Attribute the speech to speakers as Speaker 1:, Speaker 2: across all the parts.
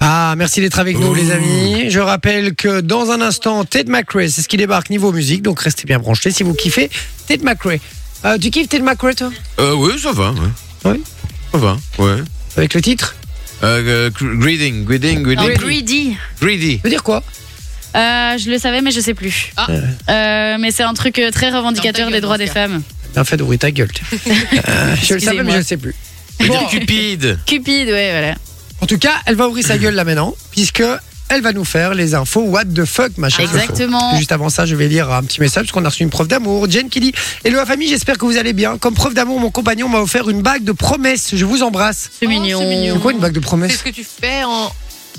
Speaker 1: Ah, merci d'être avec nous,
Speaker 2: Ouh.
Speaker 1: les amis. Je rappelle que dans un instant, Ted McRae, c'est ce qui débarque niveau musique, donc restez bien branchés si vous kiffez Ted McRae. Euh, tu kiffes Ted McRae, toi
Speaker 2: Euh, oui, ça va. Ouais.
Speaker 1: Oui.
Speaker 2: Ça va, ouais.
Speaker 1: Avec le titre
Speaker 2: Euh, gr- greeting, greeting,
Speaker 3: Ah
Speaker 4: Non,
Speaker 2: greeting.
Speaker 4: greedy.
Speaker 2: Greedy.
Speaker 1: Ça veut dire quoi
Speaker 4: Euh, je le savais, mais je sais plus.
Speaker 3: Ah.
Speaker 4: Euh, mais c'est un truc euh, très revendicateur
Speaker 3: gueule,
Speaker 4: des droits
Speaker 3: dans ce
Speaker 4: des femmes.
Speaker 1: Bien fait d'ouvrir ta gueule. tiens. Euh, je le savais, mais je ne sais plus.
Speaker 2: Ça veut dire
Speaker 4: Bon.
Speaker 2: Cupide.
Speaker 4: Cupide, ouais, voilà.
Speaker 1: En tout cas, elle va ouvrir sa gueule là maintenant, puisque elle va nous faire les infos What the fuck, machin.
Speaker 4: Exactement.
Speaker 1: Juste avant ça, je vais lire un petit message parce qu'on a reçu une preuve d'amour. Jen qui dit Hello la famille, j'espère que vous allez bien. Comme preuve d'amour, mon compagnon m'a offert une bague de promesses. Je vous embrasse.
Speaker 4: C'est
Speaker 3: Oh,
Speaker 4: mignon.
Speaker 3: c'est mignon.
Speaker 1: C'est quoi une bague de
Speaker 3: C'est
Speaker 1: promesses
Speaker 3: ce que tu fais en,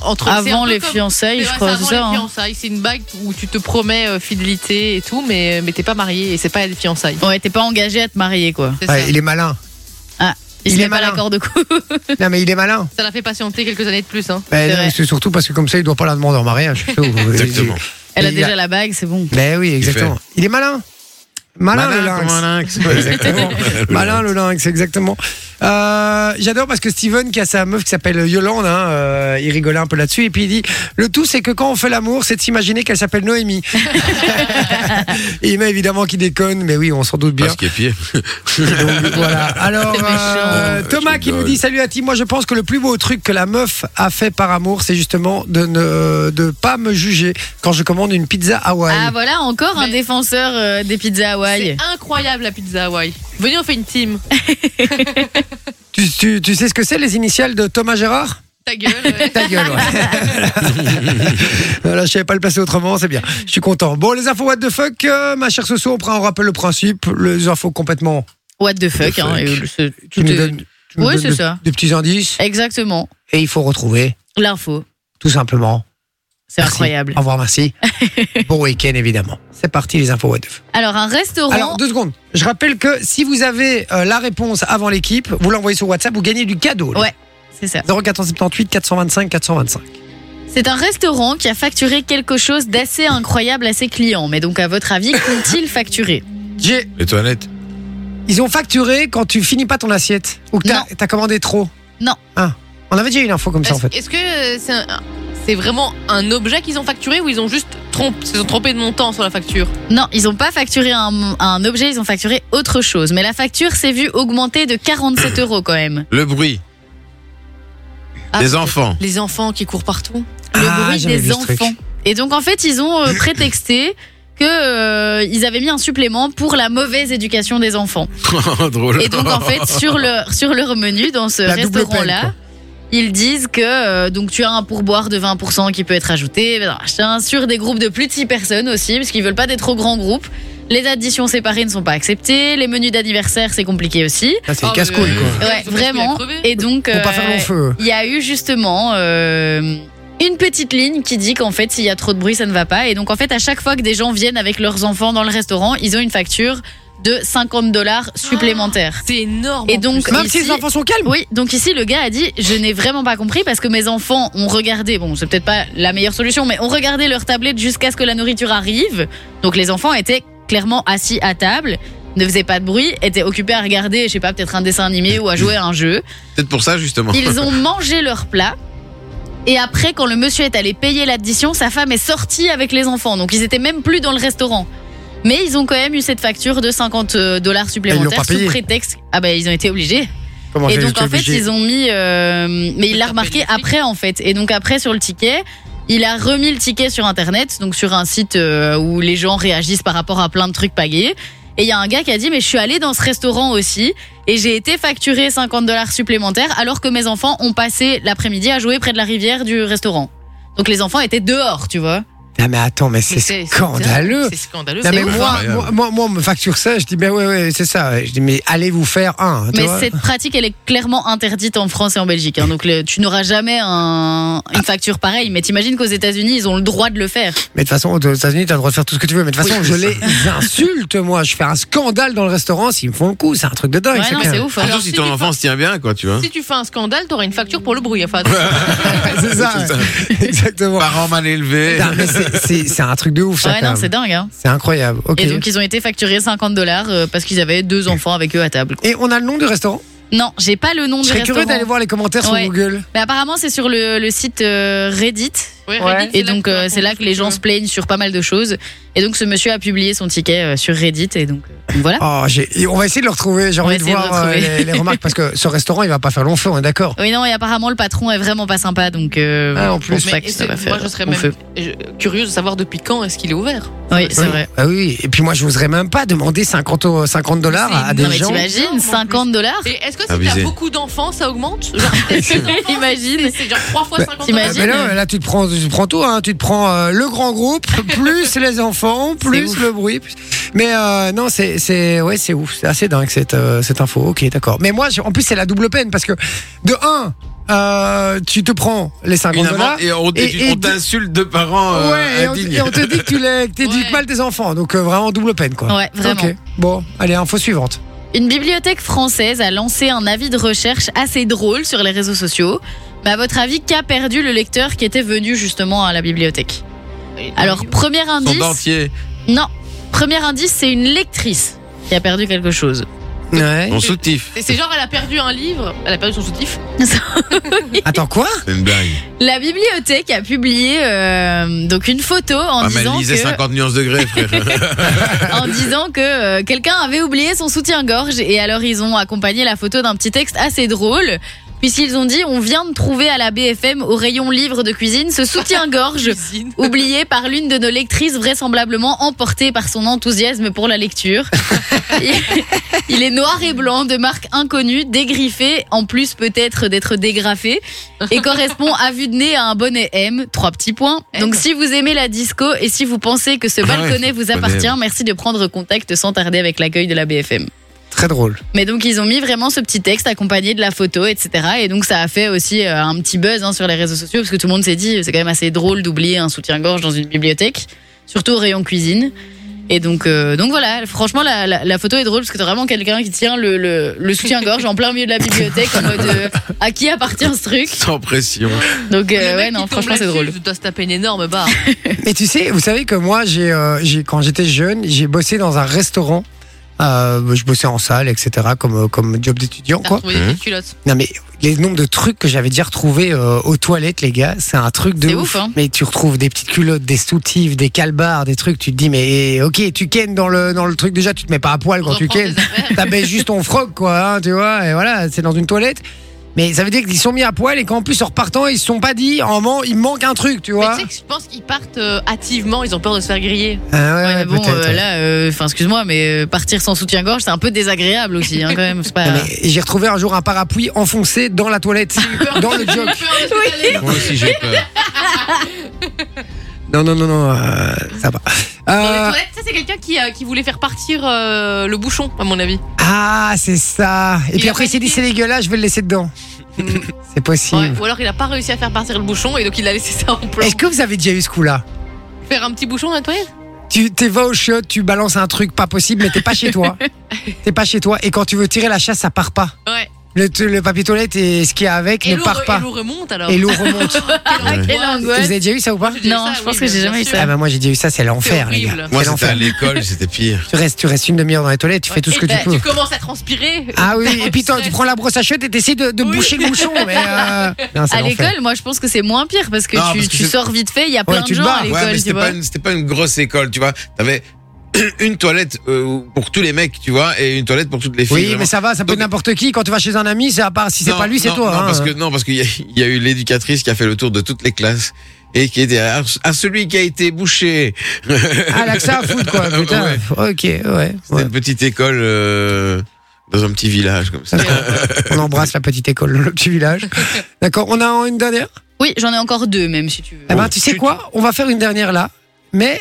Speaker 3: entre c'est un
Speaker 4: Avant
Speaker 3: peu
Speaker 4: les
Speaker 3: comme-
Speaker 4: fiançailles,
Speaker 3: Ouais,
Speaker 4: je
Speaker 3: c'est
Speaker 4: crois, c'est
Speaker 3: avant
Speaker 4: ça.
Speaker 3: les
Speaker 4: hein.
Speaker 3: fiançailles. C'est une bague où tu te promets euh, fidélité et tout, mais, mais t'es pas marié et c'est pas les fiançailles.
Speaker 4: Ouais, t'es pas engagé à te marier, quoi. Ah,
Speaker 3: C'est
Speaker 1: Ouais,
Speaker 3: ça.
Speaker 1: Il est malin.
Speaker 4: Il,
Speaker 1: Il
Speaker 4: se
Speaker 1: est
Speaker 4: met pas
Speaker 1: malin.
Speaker 4: l'accord de coup.
Speaker 1: Non, mais il est malin.
Speaker 3: Ça l'a fait patienter quelques années de plus. Hein.
Speaker 1: Ben,
Speaker 4: C'est
Speaker 1: non,
Speaker 4: vrai.
Speaker 1: C'est surtout parce que comme ça, il doit pas la demander en mariage.
Speaker 2: Exactement.
Speaker 4: Elle a
Speaker 1: Il
Speaker 4: déjà
Speaker 1: a-
Speaker 4: la bague, c'est bon.
Speaker 1: Ben oui, exactement. Il est malin. Malin, Ah le
Speaker 2: Malin
Speaker 1: lynx.
Speaker 2: comme un lynx.
Speaker 1: Ouais, exactement. Malin le lynx, exactement. Euh, J'adore parce que Steven, qui a sa meuf qui s'appelle Yolande, hein, euh, il rigolait un peu là-dessus. Et puis il dit Le tout, c'est que quand on fait l'amour, c'est de s'imaginer qu'elle s'appelle Noémie. et il met évidemment qui déconne, mais oui, on s'en doute bien.
Speaker 2: Parce qu'il est pied.
Speaker 1: Donc, voilà. Alors,
Speaker 4: C'est méchant.
Speaker 1: euh, Thomas
Speaker 2: Je
Speaker 1: qui nous
Speaker 2: rigole.
Speaker 1: dit Salut à ti, moi je pense que le plus beau truc que la meuf a fait par amour, c'est justement de ne de pas me juger quand je commande une pizza Hawaï.
Speaker 4: Ah, voilà, encore un
Speaker 3: Mais-
Speaker 4: défenseur euh, des pizzas Hawaï.
Speaker 3: C'est incroyable la pizza Hawaii. Venez, on fait une team.
Speaker 1: tu, tu- tu sais ce que c'est les initiales de Thomas Gérard
Speaker 3: Ta gueule. ouais.
Speaker 1: Ta gueule, ouais. voilà, je savais pas le passer autrement, c'est bien. Je suis content. Bon, les infos, what the fuck, euh, ma chère Soso, on, prend, on rappelle le principe, les infos complètement.
Speaker 4: What the fuck, hein,
Speaker 2: fuck.
Speaker 4: et le- ce-
Speaker 1: Tu
Speaker 4: tout
Speaker 1: nous
Speaker 4: est-
Speaker 1: donnes, tu nous
Speaker 4: Oui,
Speaker 1: donnes
Speaker 4: c'est
Speaker 1: de-
Speaker 4: ça.
Speaker 1: des petits indices
Speaker 4: Exactement.
Speaker 1: et il faut retrouver,
Speaker 4: L'info.
Speaker 1: tout simplement.
Speaker 4: C'est
Speaker 1: Merci.
Speaker 4: incroyable.
Speaker 1: Au revoir, merci. bon week-end, évidemment. C'est parti, les infos, what the fuck.
Speaker 4: Alors, un restaurant.
Speaker 1: Alors, deux secondes. Je rappelle que si vous avez euh, la réponse avant l'équipe, vous l'envoyez sur WhatsApp, vous gagnez du cadeau. là.
Speaker 4: Ouais. C'est ça.
Speaker 1: 0478 425 425.
Speaker 4: C'est un restaurant qui a facturé quelque chose d'assez incroyable à ses clients. Mais donc, à votre avis, qu'ont-ils facturé
Speaker 1: J'ai-
Speaker 2: Les toilettes.
Speaker 1: Ils ont facturé quand tu finis pas ton assiette ou que t'as
Speaker 4: Non.
Speaker 1: t'as commandé trop.
Speaker 4: Non.
Speaker 1: Ah. On avait déjà eu une info comme ça en
Speaker 3: Est-ce
Speaker 1: fait.
Speaker 3: est-ce que euh, c'est un- c'est vraiment un objet qu'ils ont facturé ou ils ont juste trompé, se sont trompés de montant sur la facture
Speaker 4: Non, ils n'ont pas facturé un, un objet, ils ont facturé autre chose. Mais la facture s'est vue augmenter de 47 euros quand même.
Speaker 2: Le bruit.
Speaker 3: Ah,
Speaker 2: Les enfants.
Speaker 3: Les enfants qui courent partout.
Speaker 4: Le
Speaker 1: Ah,
Speaker 4: bruit
Speaker 1: j'avais
Speaker 4: des
Speaker 1: vu ce truc.
Speaker 4: enfants. Et donc, en fait, ils ont euh, prétexté que euh, ils avaient mis un supplément pour la mauvaise éducation des enfants.
Speaker 2: Drôle.
Speaker 4: Et donc en fait sur leur sur leur menu dans ce
Speaker 1: La double
Speaker 4: restaurant
Speaker 1: peine,
Speaker 4: là, ils disent que euh, donc tu as un pourboire de 20% qui peut être ajouté machin, sur des groupes de plus de 6 personnes aussi parce qu'ils veulent pas des trop grands groupes. Les additions séparées ne sont pas acceptées, les menus d'anniversaire c'est compliqué aussi.
Speaker 1: Ah, c'est
Speaker 3: Oh,
Speaker 1: casse-couille
Speaker 3: mais-
Speaker 1: quoi.
Speaker 3: Ils ont
Speaker 4: Ouais,
Speaker 3: presque
Speaker 4: vraiment.
Speaker 3: crevé.
Speaker 4: Et donc
Speaker 1: Faut pas
Speaker 4: euh,
Speaker 1: faire long feu.
Speaker 4: il y a eu justement euh, une petite ligne qui dit qu'en fait, s'il y a trop de bruit, ça ne va pas. Et donc, en fait, à chaque fois que des gens viennent avec leurs enfants dans le restaurant, ils ont une facture de 50 dollars supplémentaires.
Speaker 3: C'est énorme.
Speaker 4: Et
Speaker 3: en
Speaker 4: donc,
Speaker 3: plus.
Speaker 1: Même si
Speaker 4: ici-
Speaker 1: les enfants sont calmes.
Speaker 4: Oui, donc ici, le gars a dit Je n'ai vraiment pas compris parce que mes enfants ont regardé, bon, c'est peut-être pas la meilleure solution, mais ont regardé leur tablette jusqu'à ce que la nourriture arrive. Donc, les enfants étaient clairement assis à table, ne faisaient pas de bruit, étaient occupés à regarder, je sais pas, peut-être un dessin animé ou à jouer à un jeu.
Speaker 2: Peut-être pour ça, justement.
Speaker 4: Ils ont mangé leur plat. Et après, quand le monsieur est allé payer l'addition, sa femme est sortie avec les enfants. Donc, ils étaient même plus dans le restaurant. Mais ils ont quand même eu cette facture de 50 dollars
Speaker 1: Ils l'ont
Speaker 4: supplémentaires
Speaker 1: pas payé.
Speaker 4: sous prétexte. Ah ben, ils ont été obligés.
Speaker 1: Comment
Speaker 4: et
Speaker 1: ça,
Speaker 4: donc,
Speaker 1: j'étais
Speaker 4: en fait,
Speaker 1: obligé
Speaker 4: ils ont mis. euh, mais il l'a
Speaker 3: T'as payé
Speaker 4: remarqué
Speaker 3: le flic.
Speaker 4: après, en fait. Et donc, après, sur le ticket, il a remis le ticket sur Internet, donc sur un site euh, où les gens réagissent par rapport à plein de trucs pagayés. Et il y a un gars qui a dit Mais je suis allé dans ce restaurant aussi, et j'ai été facturé 50 dollars supplémentaires, alors que mes enfants ont passé l'après-midi à jouer près de la rivière du restaurant. Donc, les enfants étaient dehors, tu vois.
Speaker 1: Non mais attends, mais
Speaker 3: Mais
Speaker 1: c'est scandaleux.
Speaker 3: C'est scandaleux.
Speaker 1: Non,
Speaker 3: c'est
Speaker 1: mais
Speaker 3: ouf,
Speaker 1: moi,
Speaker 3: hein.
Speaker 2: incroyable.
Speaker 1: moi, moi, moi, on me facture ça, je dis, ben ouais, ouais, c'est ça. Je dis, mais allez vous faire un. tu
Speaker 4: Mais
Speaker 1: vois.
Speaker 4: cette pratique, elle est clairement interdite en France et en Belgique. hein. Donc, le- tu n'auras jamais un- une facture pareille. Mais t'imagines qu'aux États-Unis, ils ont le droit de le faire.
Speaker 1: Mais de toute façon, aux États-Unis, t'as le droit de faire tout ce que tu veux. Mais de toute façon, je les insulte, moi. Je fais un scandale dans le restaurant s'ils me font le coup. C'est un truc de dingue.
Speaker 4: Ouais, non,
Speaker 1: bien.
Speaker 4: c'est ouf. hein.
Speaker 2: Surtout
Speaker 3: Alors,
Speaker 2: si
Speaker 3: si
Speaker 2: ton
Speaker 3: tu
Speaker 2: enfant
Speaker 3: fais-
Speaker 2: se tient bien, quoi, tu vois.
Speaker 3: Si tu fais un scandale, t'auras une facture pour le bruit. Enfin, attention.
Speaker 1: c'est ça.
Speaker 2: C'est ça.
Speaker 1: ouais. Exactement.
Speaker 2: Parents mal élevés.
Speaker 1: Non, mais c'est- c'est c'est un truc de ouf, ça.
Speaker 4: Ouais,
Speaker 1: quand
Speaker 4: non,
Speaker 1: même.
Speaker 4: c'est dingue. Hein.
Speaker 1: C'est incroyable. Ok.
Speaker 4: euh, Et donc, ils ont été facturés 50 dollars parce qu'ils avaient deux enfants avec eux à table. quoi.
Speaker 1: Et on a le nom du restaurant
Speaker 4: Non, j'ai pas le nom
Speaker 1: Je
Speaker 4: du
Speaker 1: serais
Speaker 4: restaurant.
Speaker 1: curieux d'aller voir les commentaires
Speaker 4: Ouais.
Speaker 1: sur Google.
Speaker 4: Mais apparemment, c'est sur le, le site euh, Reddit.
Speaker 3: Ouais,
Speaker 5: Ouais.
Speaker 3: Reddit,
Speaker 4: Et donc, euh,
Speaker 3: qu'on
Speaker 4: c'est là
Speaker 3: trouve
Speaker 4: que les gens se plaignent sur pas mal de choses. Et donc, ce monsieur a publié son ticket euh, sur Reddit. Et donc, euh, donc voilà.
Speaker 1: Oh, j'ai- et on va essayer de le retrouver. J'ai
Speaker 4: On va
Speaker 1: envie de
Speaker 4: essayer de
Speaker 1: voir
Speaker 4: le
Speaker 1: euh,
Speaker 4: retrouver.
Speaker 1: les, les remarques parce que ce restaurant, il va pas faire long feu, on est d'accord.
Speaker 4: Oui, non, et apparemment, le patron est vraiment pas sympa. Donc, euh,
Speaker 1: Ah, en
Speaker 4: je
Speaker 1: plus.
Speaker 4: pense
Speaker 3: Mais
Speaker 4: pas que ça
Speaker 3: c'est-
Speaker 4: va faire.
Speaker 3: moi, je serais
Speaker 4: long
Speaker 3: même-
Speaker 4: feu.
Speaker 3: Je- curieuse de savoir depuis quand est-ce qu'il est ouvert.
Speaker 4: Oui, c'est
Speaker 1: Oui.
Speaker 4: vrai.
Speaker 1: Ah oui, et puis moi, je n'oserais même pas demander 50 euros- 50 dollars à Ah, des
Speaker 4: Non, mais
Speaker 1: gens.
Speaker 4: t'imagines, 50 dollars
Speaker 3: Et est-ce que si
Speaker 2: Abusé.
Speaker 3: t'as beaucoup d'enfants, ça augmente Genre, t'as sept enfants, c'est-
Speaker 4: Imagine.
Speaker 3: C'est genre 3 fois
Speaker 1: Bah,
Speaker 3: 50
Speaker 1: Ah,
Speaker 4: t'imagines
Speaker 1: Mais là, là, tu te prends, tu te prends tout, hein. tu te prends euh, le grand groupe, plus les enfants, plus le bruit. plus- Mais euh, non, c'est, c'est, ouais, c'est ouf, c'est assez dingue cette, euh, cette info. Ok, d'accord. Mais moi, j'ai- en plus, c'est la double peine parce que de un, euh, tu te prends les 50
Speaker 2: Une
Speaker 1: dollars.
Speaker 2: amende et on,
Speaker 1: Et-
Speaker 2: tu-
Speaker 1: et
Speaker 2: on
Speaker 1: de-
Speaker 2: t'insulte de parents euh,
Speaker 1: Ouais, et on,
Speaker 2: indignes.
Speaker 1: et on te dit que tu les, que t'éduques
Speaker 3: Ouais.
Speaker 1: mal tes enfants, donc euh, vraiment double peine, quoi.
Speaker 4: Ouais, vraiment.
Speaker 1: Ok. Bon, allez, info suivante.
Speaker 4: Une bibliothèque française a lancé un avis de recherche assez drôle sur les réseaux sociaux. Mais à votre avis, qu'a perdu le lecteur qui était venu justement à la bibliothèque Alors, premier
Speaker 2: Son
Speaker 4: indice.
Speaker 2: dentier.
Speaker 4: Non. Premier indice, c'est une lectrice qui a perdu quelque chose.
Speaker 1: Ouais.
Speaker 2: Son soutif.
Speaker 3: C'est- C'est genre, elle a perdu un livre, elle a perdu son soutif.
Speaker 1: Attends quoi
Speaker 2: C'est une blague.
Speaker 4: La bibliothèque a publié euh, donc une photo en
Speaker 2: Ah, mais elle
Speaker 4: disant
Speaker 2: lisait
Speaker 4: que,
Speaker 2: 50 nuances de grès, frère.
Speaker 4: en disant que euh, quelqu'un avait oublié son soutien-gorge et alors ils ont accompagné la photo d'un petit texte assez drôle. Puisqu'ils ont dit, on vient de trouver à la BFM au rayon livre de cuisine ce soutien-gorge
Speaker 3: Cuisine.
Speaker 4: oublié par l'une de nos lectrices vraisemblablement emportée par son enthousiasme pour la lecture. Il- Il est noir et blanc de marque inconnue, dégriffé, en plus peut-être d'être dégrafé, et correspond à vue de nez à un bonnet M, trois petits points. Donc si vous aimez la disco et si vous pensez que ce
Speaker 2: Ah ouais,
Speaker 4: balconnet vous
Speaker 2: bonnet
Speaker 4: appartient,
Speaker 2: M.
Speaker 4: merci de prendre contact sans tarder avec l'accueil de la BFM.
Speaker 1: Très drôle.
Speaker 4: Mais donc ils ont mis vraiment ce petit texte accompagné de la photo, etc. Et donc ça a fait aussi euh, un petit buzz hein, sur les réseaux sociaux parce que tout le monde s'est dit c'est quand même assez drôle d'oublier un soutien-gorge dans une bibliothèque, surtout au rayon cuisine. Et donc, euh, donc voilà, franchement la, la- la photo est drôle parce que t'as vraiment quelqu'un qui tient le, le- le soutien-gorge en plein milieu de la bibliothèque en mode euh, à qui appartient ce truc
Speaker 2: Sans pression.
Speaker 4: Donc euh,
Speaker 3: Le mec
Speaker 4: ouais
Speaker 3: qui
Speaker 4: non
Speaker 3: tombe
Speaker 4: franchement c'est
Speaker 3: là-dessus,
Speaker 4: drôle.
Speaker 3: Tu dois se taper une énorme barre.
Speaker 1: Et tu sais, vous savez que moi, j'ai, euh, j'ai- quand j'étais jeune, j'ai bossé dans un restaurant. Euh, je bossais en salle, etc., comme, euh, comme job d'étudiant,
Speaker 3: T'as
Speaker 1: quoi.
Speaker 3: retrouvé des
Speaker 2: Hein
Speaker 3: petites culottes.
Speaker 1: Non, mais les nombres de trucs que j'avais déjà retrouvés euh, aux toilettes, les gars, c'est un truc de
Speaker 4: C'est
Speaker 1: ouf.
Speaker 4: ouf, hein.
Speaker 1: Mais tu retrouves des petites culottes, des soutifs, des calbars, des trucs. Tu te dis, mais eh, ok, tu kennes dans le, dans le truc déjà, tu te mets pas à poil quand tu
Speaker 3: Reprends
Speaker 1: kennes.
Speaker 3: tes affaires.
Speaker 1: T'avais juste ton froc, quoi, hein, tu vois, et voilà, c'est dans une toilette. Mais ça veut dire qu'ils sont mis à poil et qu'en plus, en repartant, ils se sont pas dit, en man- il me manque un truc, tu
Speaker 3: Mais
Speaker 1: vois.
Speaker 3: tu sais que je pense qu'ils partent euh, hâtivement, ils ont peur de se faire griller.
Speaker 1: Ah ouais,
Speaker 4: Ouais, mais
Speaker 1: ouais,
Speaker 4: bon
Speaker 1: peut-être,
Speaker 4: euh,
Speaker 1: ouais.
Speaker 4: là euh, enfin excuse-moi mais euh, partir sans soutien-gorge c'est un peu désagréable aussi hein, quand même c'est pas.
Speaker 3: Ah.
Speaker 1: Non, mais J'ai retrouvé un jour un parapluie enfoncé dans la toilette, dans le joke.
Speaker 2: Moi aussi, j'ai peur.
Speaker 1: Non, non, non, non, euh, ça va.
Speaker 3: Dans
Speaker 1: Euh,
Speaker 4: Ah.
Speaker 3: les toilettes, ça c'est quelqu'un qui, euh, qui voulait faire partir euh, le bouchon, à mon avis.
Speaker 1: ah, c'est ça. Et
Speaker 3: Il
Speaker 1: puis
Speaker 3: a
Speaker 1: après, il s'est dit,
Speaker 3: pas
Speaker 1: c'est dégueulasse, je vais le laisser dedans. C'est
Speaker 3: Ouais,
Speaker 1: possible.
Speaker 3: Ou alors il a pas réussi à faire partir le bouchon et donc il a laissé ça en plan.
Speaker 1: Est-ce que vous avez déjà eu ce coup-là
Speaker 3: Faire un petit bouchon dans la toilette
Speaker 1: Tu t'es vas au chiottes, tu balances un truc pas possible, mais t'es pas chez toi. T'es pas chez toi. Et quand tu veux tirer la chasse, ça part pas.
Speaker 3: Ouais.
Speaker 1: Le, le papier toilette et ce qu'il y a avec
Speaker 3: Et
Speaker 1: ne
Speaker 3: l'eau
Speaker 1: part
Speaker 3: re-
Speaker 1: pas.
Speaker 3: et l'eau remonte alors. Ah,
Speaker 1: Et l'eau remonte.
Speaker 2: Ouais.
Speaker 4: Quelle
Speaker 1: Vous
Speaker 4: angoisse.
Speaker 1: avez déjà eu ça ou pas
Speaker 3: J'ai déjà
Speaker 4: Non
Speaker 3: eu
Speaker 4: je
Speaker 3: ça,
Speaker 4: pense
Speaker 3: oui,
Speaker 4: que j'ai
Speaker 3: bien
Speaker 4: jamais eu
Speaker 3: sûr.
Speaker 4: ça.
Speaker 1: Ah bah moi j'ai déjà eu ça, c'est l'enfer les gars.
Speaker 3: horrible.
Speaker 2: Moi,
Speaker 1: C'est
Speaker 2: c'était
Speaker 1: l'enfer.
Speaker 2: à l'école, c'était pire.
Speaker 1: Tu restes, tu restes une demi-heure dans les toilettes, tu fais tout ce que
Speaker 3: Et
Speaker 1: tu
Speaker 3: bah,
Speaker 1: peux.
Speaker 3: Tu commences à transpirer.
Speaker 1: Ah oui,
Speaker 4: Bah,
Speaker 1: et puis toi, tu prends la brosse à chiottes et t'essayes de, de
Speaker 3: Oui.
Speaker 1: boucher le bouchon. Mais euh, non, c'est
Speaker 4: À
Speaker 1: l'enfer.
Speaker 4: l'école, moi, je pense que c'est moins pire parce que
Speaker 2: Non,
Speaker 4: tu,
Speaker 2: parce que
Speaker 4: tu
Speaker 2: c'est-
Speaker 4: sors vite fait, il y a plein
Speaker 1: tu
Speaker 4: de
Speaker 1: te
Speaker 4: gens
Speaker 1: barres.
Speaker 4: à
Speaker 1: Ouais,
Speaker 2: Ouais,
Speaker 4: l'école,
Speaker 2: mais
Speaker 4: tu
Speaker 2: c'était
Speaker 4: vois.
Speaker 2: pas, une- c'était pas une grosse école, tu vois. T'avais une toilette euh, pour tous les mecs, tu vois, et une toilette pour toutes les filles.
Speaker 1: Oui,
Speaker 2: vraiment.
Speaker 1: mais ça va, ça peut être
Speaker 2: Donc-
Speaker 1: n'importe qui. Quand tu vas chez un ami, c'est à part si c'est
Speaker 2: Non,
Speaker 1: pas lui, c'est
Speaker 2: non,
Speaker 1: toi.
Speaker 2: Non,
Speaker 1: hein.
Speaker 2: parce que non, parce qu'il y, a- il y a eu l'éducatrice qui a fait le tour de toutes les classes et qui était à, à celui qui a été bouché.
Speaker 1: Ah, là, que ça à foutre, quoi. Putain.
Speaker 2: Ouais.
Speaker 1: Ok, ouais.
Speaker 2: C'était
Speaker 1: ouais.
Speaker 2: une petite école euh, dans un petit village comme ça.
Speaker 1: On embrasse la petite école, le petit village. D'accord, on a une dernière
Speaker 4: Oui, j'en ai encore deux, même si tu veux.
Speaker 1: Eh
Speaker 2: Oh,
Speaker 1: ben, tu sais quoi On va faire une dernière là, mais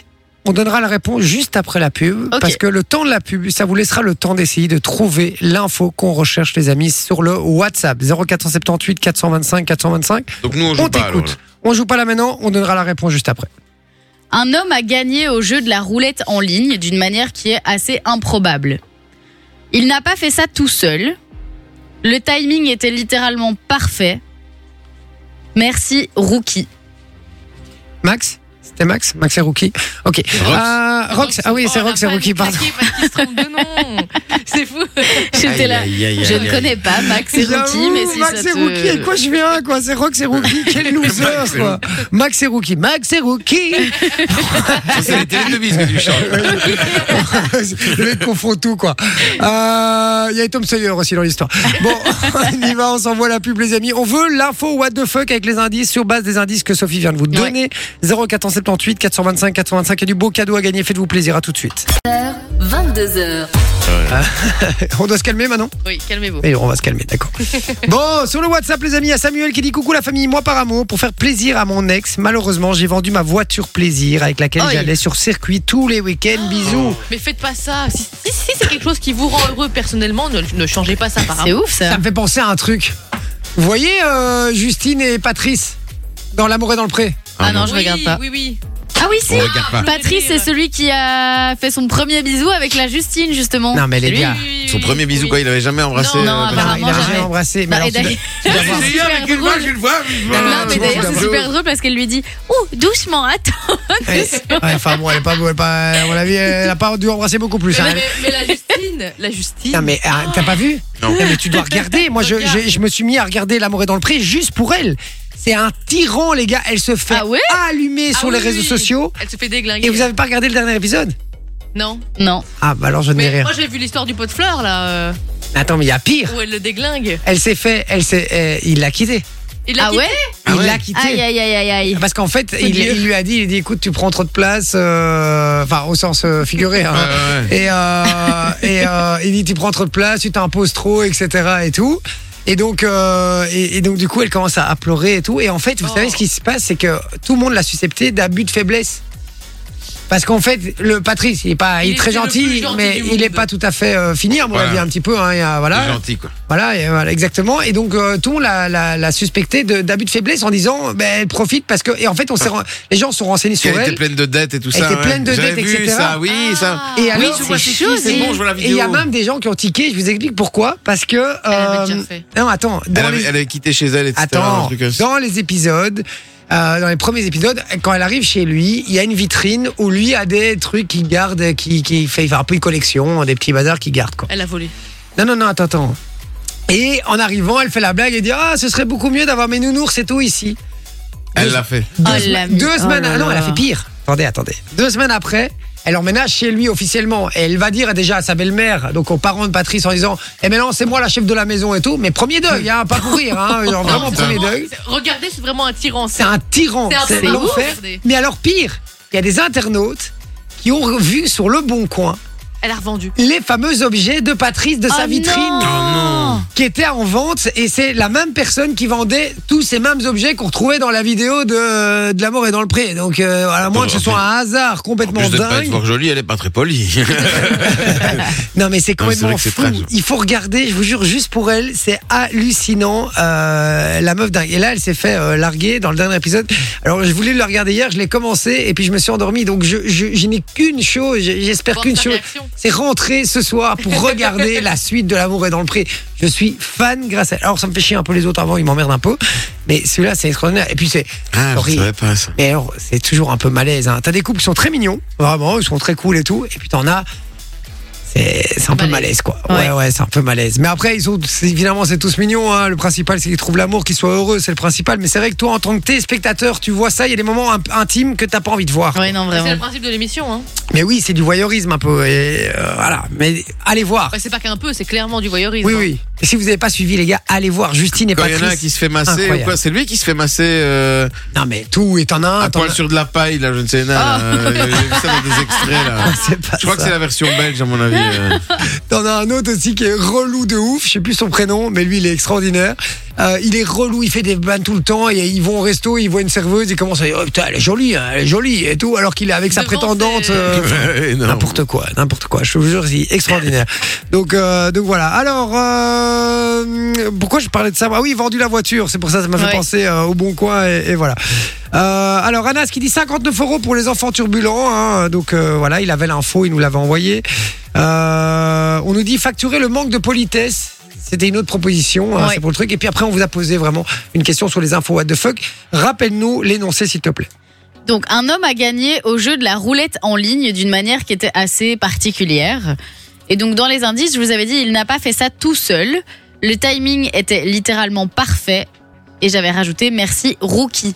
Speaker 1: on donnera la réponse juste après la pub.
Speaker 4: Ok.
Speaker 1: Parce que le temps de la pub, ça vous laissera le temps d'essayer de trouver l'info qu'on recherche, les amis, sur le WhatsApp 0478 425 425.
Speaker 2: Donc nous on joue
Speaker 1: On
Speaker 2: pas. alors, là.
Speaker 1: t'écoute. On joue pas là maintenant, on donnera la réponse juste après.
Speaker 4: Un homme a gagné au jeu de la roulette en ligne d'une manière qui est assez improbable. Il n'a pas fait ça tout seul. Le timing était littéralement parfait. Merci, Rookie.
Speaker 1: Max C'était Max Max et Rookie Ok.
Speaker 2: Rox.
Speaker 1: Euh, Rox, ah
Speaker 3: Oh,
Speaker 1: oui, c'est Rox et Rookie, pardon.
Speaker 3: non. C'est fou.
Speaker 4: J'étais là.
Speaker 2: Aïe, aïe, aïe,
Speaker 4: Je
Speaker 2: aïe,
Speaker 4: ne
Speaker 2: aïe.
Speaker 4: connais pas Max et Rookie,
Speaker 1: J'avoue,
Speaker 4: mais si
Speaker 1: Max
Speaker 4: ça
Speaker 1: et
Speaker 4: te-
Speaker 1: Rookie, avec quoi je viens quoi C'est Rox et Rookie, quel loser
Speaker 2: Max et
Speaker 1: quoi. Max et Rookie, Max et Rookie
Speaker 2: Ça, c'est les Teletubbies que tu chantes.
Speaker 1: Le mec confond tout, quoi. Euh, Il y a Tom Sawyer aussi dans l'histoire. Bon, on y va, on s'envoie la pub, les amis. On veut l'info what the fuck avec les indices sur base des indices que Sophie vient de vous donner. 0478 425 425. Il y a du beau cadeau à gagner. Faites-vous plaisir. À tout de suite. Ah.
Speaker 5: 22h,
Speaker 1: On doit se calmer maintenant
Speaker 4: Oui, calmez-vous.
Speaker 1: Et on va se calmer, d'accord. bon, sur le WhatsApp, les amis, il y a Samuel qui dit Coucou la famille, moi par amour, pour faire plaisir à mon ex. Malheureusement, j'ai vendu ma voiture plaisir avec laquelle
Speaker 4: Aïe.
Speaker 1: j'allais sur circuit tous les week-ends. Bisous.
Speaker 3: Mais faites pas ça. Si, si- si c'est quelque chose qui vous rend heureux personnellement, ne, ne changez pas ça par
Speaker 4: C'est
Speaker 3: rapport.
Speaker 4: ouf ça.
Speaker 1: Ça me fait penser à un truc. Vous voyez euh, Justine et Patrice dans L'amour et dans le pré
Speaker 4: Ah non, je regarde pas.
Speaker 3: Oui, oui.
Speaker 4: Ah oui, si
Speaker 2: On regarde pas.
Speaker 4: Patrice, c'est celui qui a fait son premier bisou avec la Justine, justement.
Speaker 1: Non, mais les
Speaker 4: C'est lui
Speaker 1: gars.
Speaker 3: Oui, oui, oui,
Speaker 2: Son
Speaker 3: oui,
Speaker 2: premier
Speaker 3: oui.
Speaker 2: bisou, quoi, il avait jamais embrassé.
Speaker 4: Non,
Speaker 2: euh,
Speaker 4: non,
Speaker 1: Non,
Speaker 2: comme ça.
Speaker 1: il a
Speaker 4: Apparemment,
Speaker 1: jamais
Speaker 4: jamais.
Speaker 1: embrassé. Mais
Speaker 4: Non,
Speaker 1: alors,
Speaker 4: et
Speaker 1: tu dois-
Speaker 4: d'ailleurs-
Speaker 1: tu dois avoir-
Speaker 2: J'ai essayé avec une
Speaker 4: drôle.
Speaker 2: vache, une fois, une fois.
Speaker 4: Non, mais
Speaker 1: tu vois,
Speaker 4: d'ailleurs,
Speaker 1: c'est
Speaker 4: c'est super drôle parce qu'elle lui dit Ouh, doucement, attends.
Speaker 1: Ouais, ouais, Enfin, bon, elle est pas, elle est pas- à mon avis, elle a pas dû embrasser beaucoup plus. hein.
Speaker 3: Mais, mais la Justine, la Justine.
Speaker 1: Non, mais ah, t'as pas vu
Speaker 2: Non.
Speaker 1: mais tu dois regarder. Moi, je, je- je me suis mis à regarder L'amour est dans le pré juste pour elle. C'est un tyran, les gars. Elle se fait
Speaker 4: Ah ouais
Speaker 1: allumer
Speaker 3: Ah
Speaker 1: sur les
Speaker 3: oui,
Speaker 1: réseaux
Speaker 3: oui.
Speaker 1: sociaux.
Speaker 3: Elle se fait déglinguer.
Speaker 1: Et vous avez pas regardé le dernier épisode
Speaker 3: Non.
Speaker 4: Non.
Speaker 1: Ah, bah alors je ne dis
Speaker 3: Mais
Speaker 1: rien.
Speaker 3: moi j'ai vu l'histoire du pot de fleurs là, euh,
Speaker 1: Attends, mais il y a pire.
Speaker 3: où elle le déglingue.
Speaker 1: Elle s'est fait, elle s'est, euh, il l'a quitté.
Speaker 3: Il l'a
Speaker 4: Ah
Speaker 3: quitté.
Speaker 4: ouais
Speaker 2: Ah
Speaker 1: il
Speaker 2: ouais
Speaker 1: l'a quitté.
Speaker 4: Aïe, aïe, aïe, aïe, aïe.
Speaker 1: Parce qu'en fait, il,
Speaker 3: Dieu.
Speaker 1: il lui a dit, il dit, écoute, tu prends trop de place, euh, enfin au sens euh, figuré. hein.
Speaker 2: Ouais, ouais, ouais.
Speaker 1: Et, euh, et euh, il dit, tu prends trop de place, tu t'imposes trop, etc. Et tout. Et donc, euh, et, et donc du coup, elle commence à, à pleurer et tout. Et en fait, vous
Speaker 3: Oh.
Speaker 1: savez ce qui se passe, c'est que tout le monde l'a suscepté d'abus de faiblesse. Parce qu'en fait, le Patrice, il est pas, il,
Speaker 3: Il
Speaker 1: est très
Speaker 3: était le
Speaker 1: gentil,
Speaker 3: plus gentil
Speaker 1: mais
Speaker 3: du
Speaker 1: il est
Speaker 3: monde.
Speaker 1: pas tout à fait euh, fini, à mon
Speaker 2: Voilà.
Speaker 1: avis, un petit peu. Hein, et, euh, voilà.
Speaker 2: C'est gentil, quoi.
Speaker 1: Voilà, et voilà, exactement. Et donc, euh, tout le monde l'a- l'a l'a suspecté de- d'abus de faiblesse en disant, ben, elle profite parce que. Et en fait, on s'est ren- les gens se sont renseignés sur
Speaker 2: Elle était
Speaker 1: elle.
Speaker 2: pleine de dettes et tout
Speaker 1: Elle
Speaker 2: ça.
Speaker 1: était
Speaker 2: ouais.
Speaker 1: pleine de
Speaker 2: J'avais
Speaker 1: dettes,
Speaker 2: vu
Speaker 1: etc.
Speaker 2: ça, oui, ça.
Speaker 3: Ah.
Speaker 1: Et alors,
Speaker 2: je vois
Speaker 1: c'est
Speaker 2: c'est qui, c'est
Speaker 1: chaud,
Speaker 2: bon, je vois la
Speaker 1: et il y a
Speaker 2: vidéo.
Speaker 1: même des gens qui ont tiqué, je vous explique pourquoi. Parce que.
Speaker 3: avait
Speaker 1: euh,
Speaker 3: déjà fait.
Speaker 1: Non, attends. Dans
Speaker 2: Elle avait,
Speaker 1: les...
Speaker 2: elle avait quitté chez elle, etc. un
Speaker 1: Attends,
Speaker 2: truc comme ça.
Speaker 1: dans les épisodes, euh, dans les premiers épisodes, quand elle arrive chez lui, il y a une vitrine où lui a des trucs qu'il garde, qui, qui fait, il fait un peu une collection, des petits bazars qu'il garde, quoi.
Speaker 3: Elle a volé.
Speaker 1: Non, non, non, attends, attends. Et en arrivant, elle fait la blague et dit Ah, ce serait beaucoup mieux d'avoir mes nounours et tout ici.
Speaker 2: Elle l'a fait.
Speaker 1: Deux,
Speaker 4: Oh, la mi-
Speaker 1: deux
Speaker 4: oh
Speaker 1: semaines.
Speaker 4: là
Speaker 1: ah non, elle a
Speaker 4: là.
Speaker 1: fait pire. Attendez, attendez. Deux semaines après, elle emménage chez lui officiellement. Et elle va dire déjà à sa belle-mère, donc aux parents de Patrice, en disant Eh, mais non, c'est moi la chef de la maison et tout. Mais premier deuil, hein, pas pour rire, hein, genre, vraiment premier deuil.
Speaker 3: C'est- Regardez, c'est vraiment un tyran.
Speaker 1: C'est un tyran,
Speaker 3: C'est un
Speaker 1: c'est
Speaker 3: peu ouf.
Speaker 1: l'enfer. Mais alors, pire, il y a des internautes qui ont vu sur le bon coin
Speaker 3: Elle a revendu.
Speaker 1: les fameux objets de Patrice de sa
Speaker 4: Oh
Speaker 1: vitrine.
Speaker 4: non.
Speaker 1: qui était en vente et c'est la même personne qui vendait tous ces mêmes objets qu'on retrouvait dans la vidéo de, de l'amour et dans le pré. Donc euh, à la moins que ce soit un hasard
Speaker 2: En
Speaker 1: complètement
Speaker 2: plus de pas être
Speaker 1: dingue.
Speaker 2: fort jolie, elle est pas très polie.
Speaker 1: Non mais c'est
Speaker 2: Non, c'est vrai
Speaker 1: complètement
Speaker 2: que c'est
Speaker 1: fou.
Speaker 2: trash.
Speaker 1: Il faut regarder, je vous jure, juste pour elle, c'est hallucinant. euh, la meuf dingue. Et là, elle s'est fait euh, larguer dans le dernier épisode. Alors je voulais le regarder hier, je l'ai commencé et puis je me suis endormi. Donc je, je, je n'ai qu'une chose, j'espère
Speaker 3: Voir
Speaker 1: qu'une
Speaker 3: sa
Speaker 1: chose.
Speaker 3: réaction.
Speaker 1: c'est rentrer ce soir pour regarder la suite de L'amour est dans le pré. Je suis fan grâce à. Alors ça me fait chier un peu les autres avant, ils m'emmerdent un peu. Mais celui-là, c'est extraordinaire. Et puis c'est.
Speaker 2: Ah, je
Speaker 1: Sorry.
Speaker 2: savais pas ça.
Speaker 1: Mais alors, c'est toujours un peu malaise. Hein. T'as des couples qui sont très mignons, vraiment, ils sont très cool et tout. Et puis t'en as. C'est c'est un peu malaise,
Speaker 3: Malaise.
Speaker 1: quoi. Ouais, ouais,
Speaker 4: Ouais.
Speaker 1: c'est un peu malaise. Mais après, ils sont, c'est- évidemment, c'est tous mignons. hein. Le principal, c'est qu'ils trouvent l'amour, qu'ils soient heureux, c'est le principal. Mais c'est vrai que toi, en tant que t'es spectateur, tu vois ça, il y a des moments un- intimes que t'as pas envie de voir.
Speaker 4: Ouais, non,
Speaker 3: C'est
Speaker 4: vraiment.
Speaker 3: le principe de l'émission. Hein.
Speaker 1: Mais oui, c'est du voyeurisme un peu. Et euh, voilà. Mais allez voir.
Speaker 3: Ouais, c'est pas qu'un peu, c'est clairement du voyeurisme.
Speaker 1: Oui,
Speaker 3: hein.
Speaker 1: oui. Et si vous n'avez pas suivi, les gars, allez voir Justine et
Speaker 2: Quand il y
Speaker 1: Patrice.
Speaker 2: en a un qui se fait masser,
Speaker 1: Incroyable.
Speaker 2: ou quoi, c'est lui qui se fait masser euh,
Speaker 1: Non, mais tout, et t'en as un.
Speaker 2: à
Speaker 1: t'en
Speaker 2: poil
Speaker 1: as-
Speaker 2: sur de la paille, là, je ne sais pas. J'ai vu ça dans des extraits, là.
Speaker 1: Ah. C'est pas
Speaker 2: Je crois que
Speaker 1: ça.
Speaker 2: c'est la version belge, à mon avis. euh.
Speaker 1: T'en as un autre aussi qui est relou de ouf. Je sais plus son prénom, mais lui, il est extraordinaire. Euh, il est relou, il fait des vannes tout le temps. Et ils vont au resto, ils voient une serveuse, ils commencent à dire Oh putain, elle est jolie, hein, elle est jolie et tout. Alors qu'il est avec sa
Speaker 3: Devant,
Speaker 1: prétendante.
Speaker 3: c'est-
Speaker 1: euh,
Speaker 2: Énorme.
Speaker 1: N'importe quoi, n'importe quoi. Je vous jure, c'est extraordinaire. Donc, euh, donc voilà. Alors, euh, pourquoi je parlais de ça Ah oui, vendu la voiture. C'est pour ça que ça m'a fait
Speaker 4: Ouais.
Speaker 1: penser euh, au bon coin et, et voilà. Euh, alors, Anas qui dit 59 euros pour les enfants turbulents. hein. Donc euh, voilà, il avait l'info, il nous l'avait envoyé. Euh, on nous dit facturer le manque de politesse. C'était une autre proposition, hein,
Speaker 4: Ouais.
Speaker 1: c'est pour le truc. Et puis après, on vous a posé vraiment une question sur les infos what the fuck. Rappelle-nous l'énoncé, s'il te plaît.
Speaker 4: Donc, un homme a gagné au jeu de la roulette en ligne d'une manière qui était assez particulière. Et donc, dans les indices, je vous avais dit, il n'a pas fait ça tout seul. Le timing était littéralement parfait. Et j'avais rajouté merci rookie.